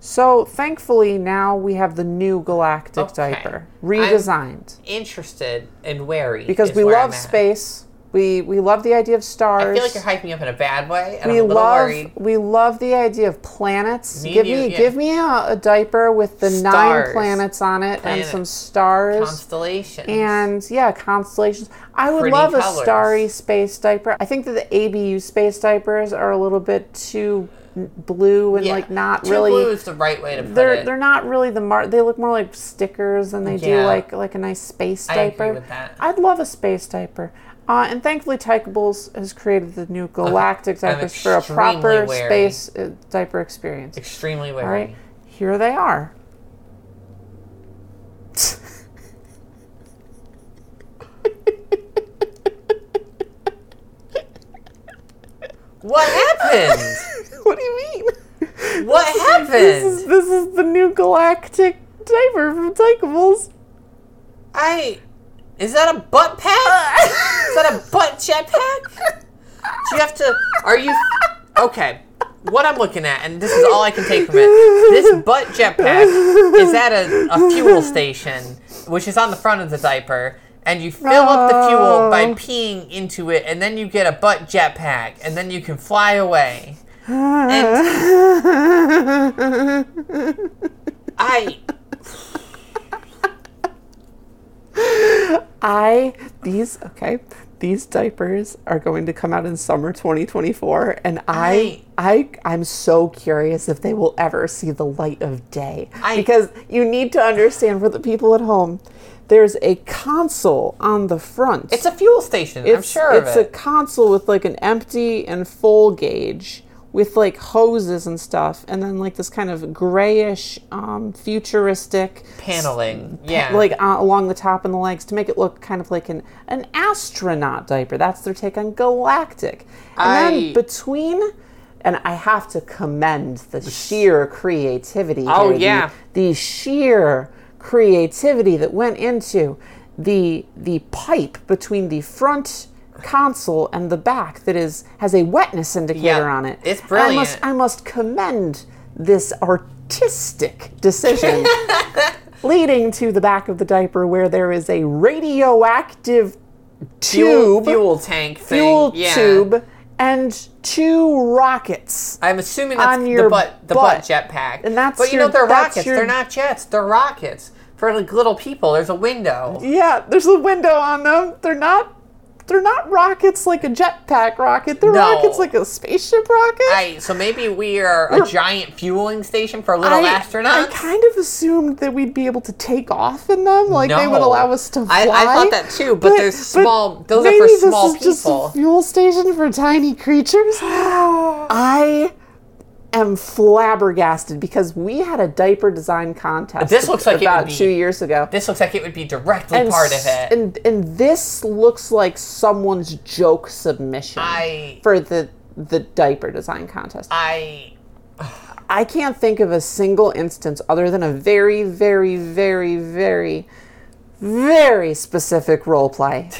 so thankfully now we have the new Galactic Okay. diaper I'm- redesigned Interested and wary because is we where I'm love at. space. We we love the idea of stars. I feel like you're hyping me up in a bad way, and we I'm a little love worried. we love the idea of planets. Me give and you, me yeah. give me a, a diaper with the Stars. nine planets on it and Planets. some stars Constellations. and yeah, constellations. I would Pretty love colours. a starry space diaper. I think that the ABU space diapers are a little bit too n- blue and Yeah. like not True really. blue is the right way to put They're it. they're not really the mar. They look more like stickers than they Yeah. do like like a nice space I agree diaper. with that. would love a space diaper. Uh, and thankfully, Tykeables has created the new galactic I'm diapers for a extremely proper wary. space uh, diaper experience. Extremely wary. All right, here they are. What happened? what do you mean? what happened? This is this is the new galactic diaper from Tykeables. I. Is that a butt pack? is that a butt jetpack? Do you have to. Are you. Okay. What I'm looking at, and this is all I can take from it. This butt jetpack is at a, a fuel station, which is on the front of the diaper, and you fill up the fuel by Oh. peeing into it, and then you get a butt jetpack, and then you can fly away. And I. I these okay. These diapers are going to come out in summer 2024, and I, I, I'm so curious if they will ever see the light of day. I- because you need to understand for the people at home, there's a console on the front. It's a fuel station, I'm It's- sure of it's it. a console with like an empty and full gauge with like hoses and stuff, and then like this kind of grayish, um, futuristic paneling. Yeah. like uh, along the top and the legs to make it look kind of like an an astronaut diaper. That's their take on galactic. And I- then between and I have to commend the sheer creativity. Oh, here, the- yeah. the sheer creativity that went into the the pipe between the front console and the back that is has a wetness indicator Yeah, on it. it's I must brilliant. I must commend this artistic decision leading to the back of the diaper where there is a radioactive fuel, tube, fuel tank thing. fuel yeah. tube, and two rockets. I'm assuming that's on your the butt, the butt, butt. jetpack. And that's but you your- know they're that's rockets. your- They're not jets. They're rockets for like little people. There's a window. Yeah, there's a window on them. They're not. They're not rockets like a jetpack rocket. They're No. rockets like a spaceship rocket. I, so maybe we are a giant fueling station for little I- I astronauts. kind of assumed that we'd be able to take off in them, like they would No. allow us to I- I fly. thought that too, but they're small- those are for maybe this small is people. Just a fuel station for tiny creatures. I am flabbergasted because we had a diaper design contest. This looks like it would about be- two years ago. this looks like it would be directly part of s- it. And and this looks like someone's joke submission I- for the the diaper design contest. I I can't think of a single instance other than a very, very, very, very, very specific role play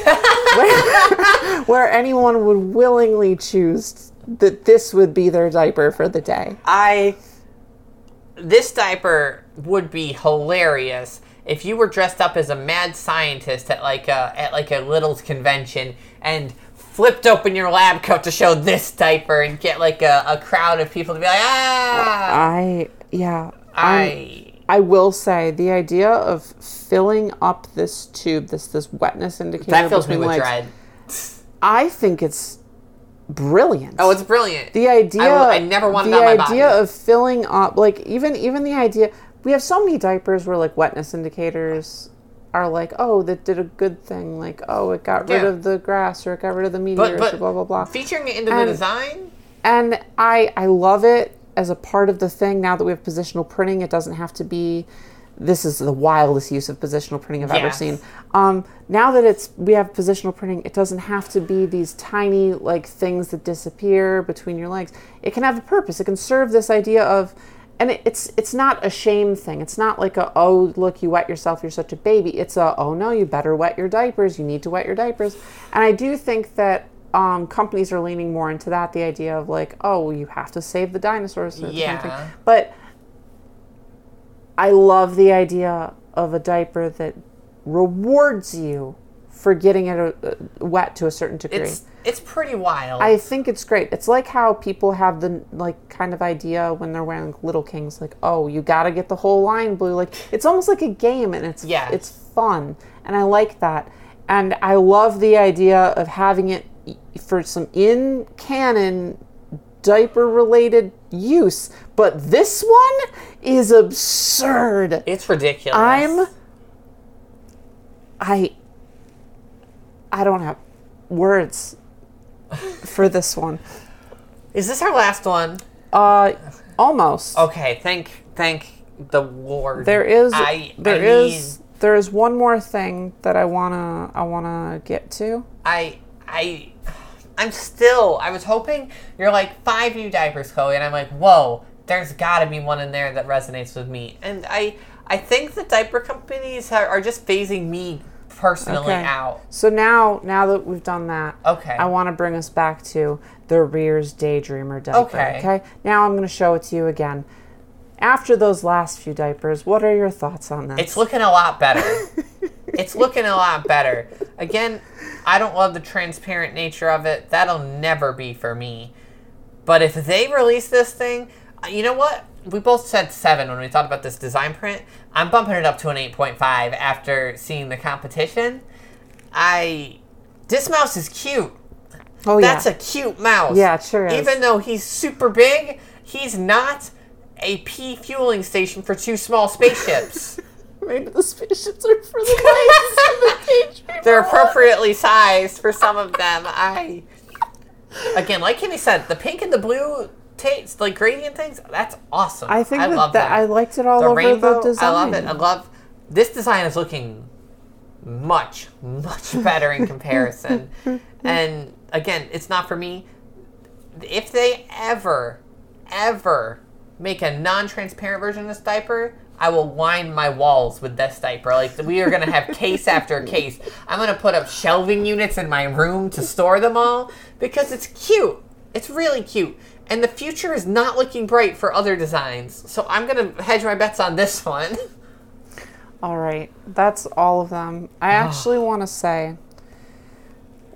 where, where anyone would willingly choose that this would be their diaper for the day. I. This diaper would be hilarious if you were dressed up as a mad scientist at like a at like a Little's convention and flipped open your lab coat to show this diaper and get like a, a crowd of people to be like ah I yeah. I'm- I I will say the idea of filling up this tube, this this wetness indicator that fills me between with legs, dread. I think it's brilliant. Oh, it's brilliant. the idea. I will- I never want it the on my body. idea of filling up, like even even the idea. We have so many diapers where like wetness indicators are like, oh, that did a good thing, like oh, it got rid Yeah. of the grass or it got rid of the meteors but but or blah blah blah. featuring it into the And- design. and I I love it as a part of the thing. Now that we have positional printing, it doesn't have to be. This is the wildest use of positional printing I've ever Yes. seen. Um, now that it's we have positional printing, it doesn't have to be these tiny like things that disappear between your legs. It can have a purpose. It can serve this idea of, and it, it's it's not a shame thing. It's not like a oh look you wet yourself you're such a baby. It's a oh no you better wet your diapers. You need to wet your diapers. And I do think that um, companies are leaning more into that the idea of like oh well, you have to save the dinosaurs. or the Yeah. something. but I love the idea of a diaper that rewards you for getting it uh, wet to a certain degree. It's it's pretty wild. I think it's great. It's like how people have the like kind of idea when they're wearing Little Kings, like, oh, you gotta get the whole line blue. Like it's almost like a game, and it's Yes. it's fun, and I like that, and I love the idea of having it y- for some in canon diaper related use. But this one is absurd. it's ridiculous. I'm I I don't have words for this one. Is this our last one? Uh almost. Okay, thank thank the Lord. There is there I is I there is one more thing that I wanna I wanna get to. need- I I I'm still I was hoping you're like five new diapers, Chloe, and I'm like, whoa, there's gotta be one in there that resonates with me. And I I think the diaper companies are, are just phasing me personally Okay. out. So now now that we've done that, Okay. I want to bring us back to the Rears Daydreamer diaper. Okay. okay. Now I'm going to show it to you again. After those last few diapers, what are your thoughts on this? It's looking a lot better. it's looking a lot better. Again, I don't love the transparent nature of it. That'll never be for me. But if they release this thing, uh, you know what? We both said seven when we thought about this design print. I'm bumping it up to an 8.5 after seeing the competition. I. This mouse is cute. oh That's yeah. a cute mouse. Yeah, it sure is. Even though he's super big, he's not a pea fueling station for two small spaceships. Maybe the spaceships are for the lights and the They're appropriately sized for some of them. I again, like Kimmy said, the pink and the blue taste, like gradient things. That's awesome. I think that, love that I them. liked it all the over rainbow. the design. I love it. I love this design is looking much much better in comparison. and again, it's not for me. If they ever ever make a non-transparent version of this diaper, I will line my walls with this diaper. Like we are gonna have case after case. I'm gonna put up shelving units in my room to store them all because it's cute. It's really cute. And the future is not looking bright for other designs. So I'm gonna hedge my bets on this one. All right, that's all of them. I actually want to say,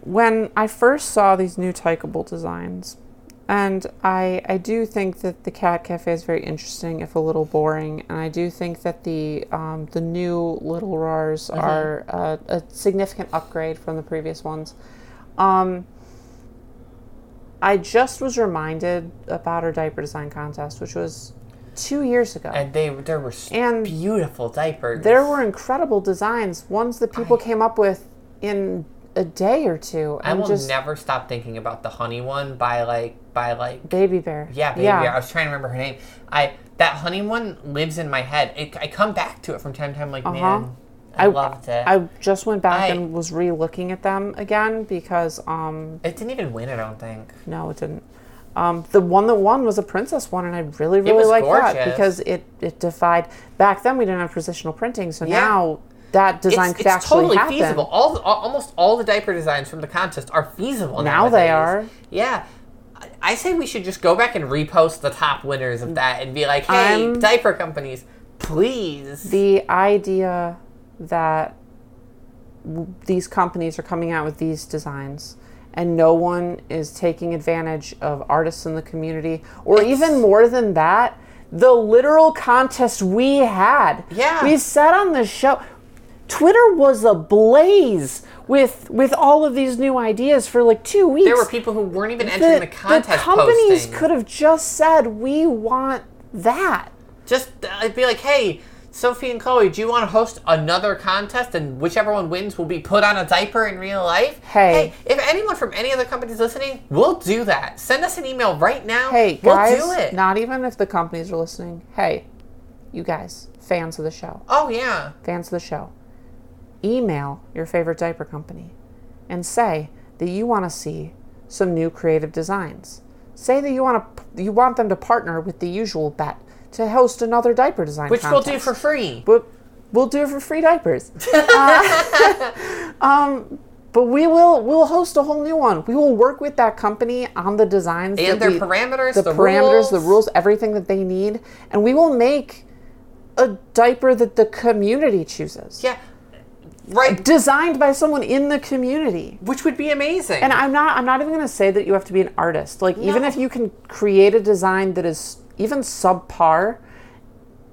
when I first saw these new Tykeable designs, and I I do think that the Cat Cafe is very interesting, if a little boring, and I do think that the um, the new Little Rars are uh, a significant upgrade from the previous ones. Um, I just was reminded about our diaper design contest, which was two years ago. And they there were s- And beautiful diapers. There were incredible designs, ones that people came up with in a day or two. I And will just never stop thinking about the honey one by like by like Baby Bear. Yeah, baby. I was trying to remember her name. I that honey one lives in my head. It, I come back to it from time to time. Like man, I, loved it. Uh-huh. I just went back I- and was re looking at them again because, um, it didn't even win. I don't think. no, it didn't. Um, the one that won was a princess one, and I really, really was like that gorgeous. because it, it defied. Back then, we didn't have positional printing, so Yeah. now that design It's, could it's actually totally happen. feasible. All, the- al- almost all the diaper designs from the contest are feasible Now they nowadays. are. Yeah, I, I say we should just go back and repost the top winners of that and be like, hey, I'm- diaper companies, please. the idea that w- these companies are coming out with these designs and no one is taking advantage of artists in the community or even more than that the literal contest we had Yeah. we sat on the show twitter was ablaze with with all of these new ideas for like two weeks there were people who weren't even entering the, contest companies posting. could have just said we want that just I'd be like, hey, Sophie and Chloe, do you want to host another contest? And whichever one wins will be put on a diaper in real life. Hey. if anyone from any other company's listening, we'll do that. Send us an email right now. Hey guys, we'll do it. not even if the companies are listening. Hey, you guys, fans of the show, oh yeah, fans of the show, email your favorite diaper company and say that you want to see some new creative designs. Say that you want to you want them to partner with the usual bet to host another diaper design which we'll do contest. for free. But we'll do it for free diapers. Uh, um, but we will we'll host a whole new one. We will work with that company on the designs that And their we- parameters, the, the parameters, the rules. rules, everything that they need, and we will make a diaper that the community chooses. Yeah, right. Designed by someone in the community. Which would be amazing. And I'm not I'm not even going to say that you have to be an artist. Like even No. if you can create a design that is even subpar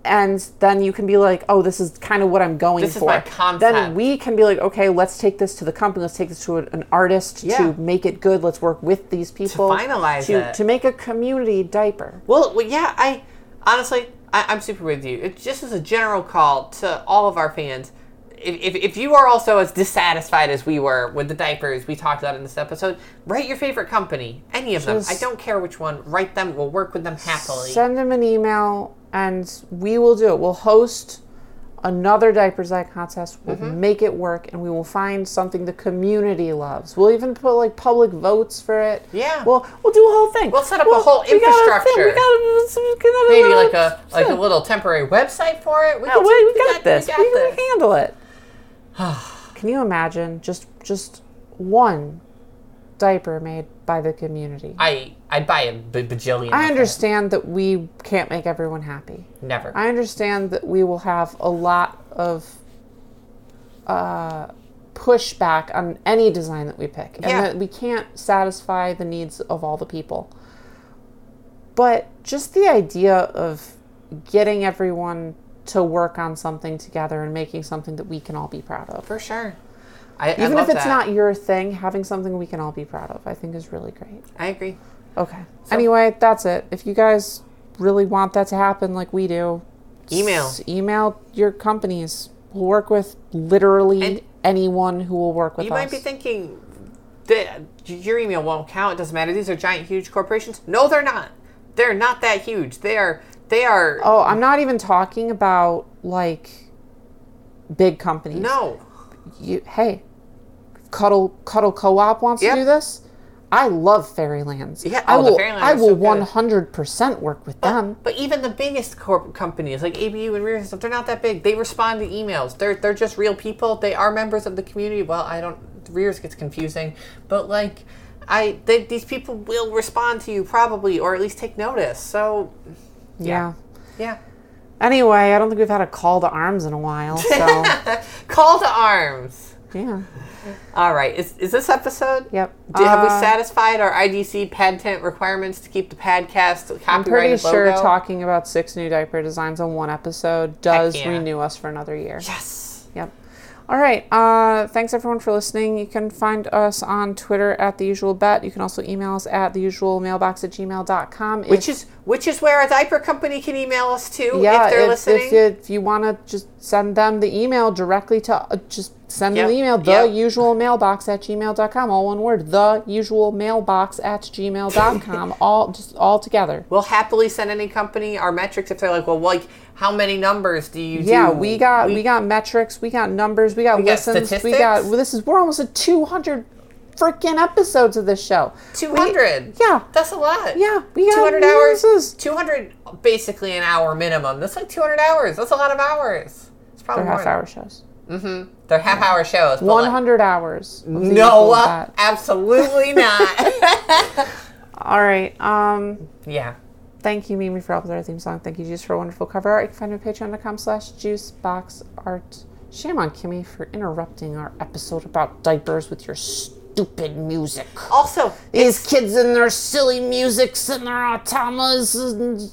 and then you can be like, "Oh, this is kind of what I'm going This is for." my concept. Then we can be like, "Okay, let's take this to the company. Let's take this to a- an artist Yeah. to make it good. Let's work with these people finalize to it. to make a community diaper." Well, well yeah, I honestly, I, I'm super with you. It, just as a general call to all of our fans, if, if, if you are also as dissatisfied as we were with the diapers we talked about in this episode, write your favorite company, any of them. I Just- don't care which one. Write them. We'll work with them happily. Send them an email and we will do it. We'll host another diaper design contest. We'll Mm-hmm. make it work and we will find something the community loves. We'll even put like public votes for it. Yeah. We'll we'll do a whole thing. We'll set up a whole we gotta think- infrastructure. We gotta, so we gotta Maybe little- like a like a yeah. little temporary website for it. We No, can- wait, we got this. We We, got we this. can handle it. can you imagine just just one diaper made by the community? I I'd buy a b- bajillion. I of them. understand that we can't make everyone happy. Never. I understand that we will have a lot of uh, pushback on any design that we pick, and Yeah. that we can't satisfy the needs of all the people. But just the idea of getting everyone to work on something together and making something that we can all be proud of. for sure. I, I Even if love it's that. not your thing, having something we can all be proud of, I think is really great. I agree. Okay. anyway, that's it. If you guys really want that to happen like we do, Email. s- email your companies. We'll work with literally And- anyone who will work with You us. might be thinking that your email won't count. It doesn't matter. These are giant, huge corporations. No, they're not. They're not that huge. They are. They are. oh, I'm not even talking about like big companies. No. You, hey, Cuddle Cuddle Co-op wants Yep. to do this. I love Fairylands. Yeah, I oh, the will. Fairylands I are so will good. Oh, 100% work with them. But even the biggest corp companies like ABU and Rears and stuff, they're not that big. They respond to emails. They're they're just real people. They are members of the community. Well, I don't. Rears gets confusing, but like. I they, these people will respond to you probably or at least take notice. So yeah. yeah, Anyway, I don't think we've had a call to arms in a while. So call to arms. yeah. All right. Is, is this episode? Yep. Did, have we Uh, satisfied our IDC patent requirements to keep the podcast copyrighted I'm pretty sure logo? talking about six new diaper designs on one episode does yeah. renew us for another year. Yes. Yep. All right. Uh, thanks everyone for listening. You can find us on Twitter at the usual bet. You can also email us at the usual mailbox at gmail.com. Which is which is where a diaper company can email us too yeah, if they're if, listening. if you, if you want to just send them the email directly to, uh, just send them Yep. the email, the Yep. usual mailbox at gmail.com, all one word, the usual mailbox at gmail.com, all just all together. we'll happily send any company our metrics if they're like, well, like how many numbers do you Yeah, do? we got we, got metrics, we got numbers, we got got listens, we got statistics. well, this is we're almost at two hundred freaking episodes of this show. two hundred. yeah. That's a lot. Yeah, we got two hundred hours. releases. Two hundred basically an hour minimum. That's like two hundred hours. That's a lot of hours. It's probably They're half more than- hour shows. They're half hour shows. but, like, uh, One hundred hours. of the usual No, bat. absolutely not. All right. Um, Yeah. thank you, Mimi, for help with our theme song. Thank you, Juice, for a wonderful cover art. You can find me at patreon.com slash juiceboxart. Shame on Kimmy for interrupting our episode about diapers with your stupid music. Also, These kids and their silly musics and their automas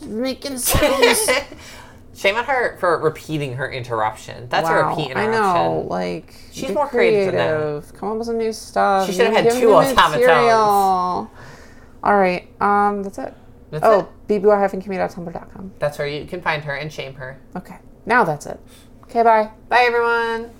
and making sounds. shame on her for repeating her interruption. That's a repeat I interruption. know. Like She's be more creative than that. Come up with some new stuff. She should have had Give me two new automatones. material. All right. Um, that's it. That's oh, it. bbyrhyphenkimmy.tumblr.com. That's where you can find her and shame her. Okay. Now that's it. Okay. Bye. Bye, everyone.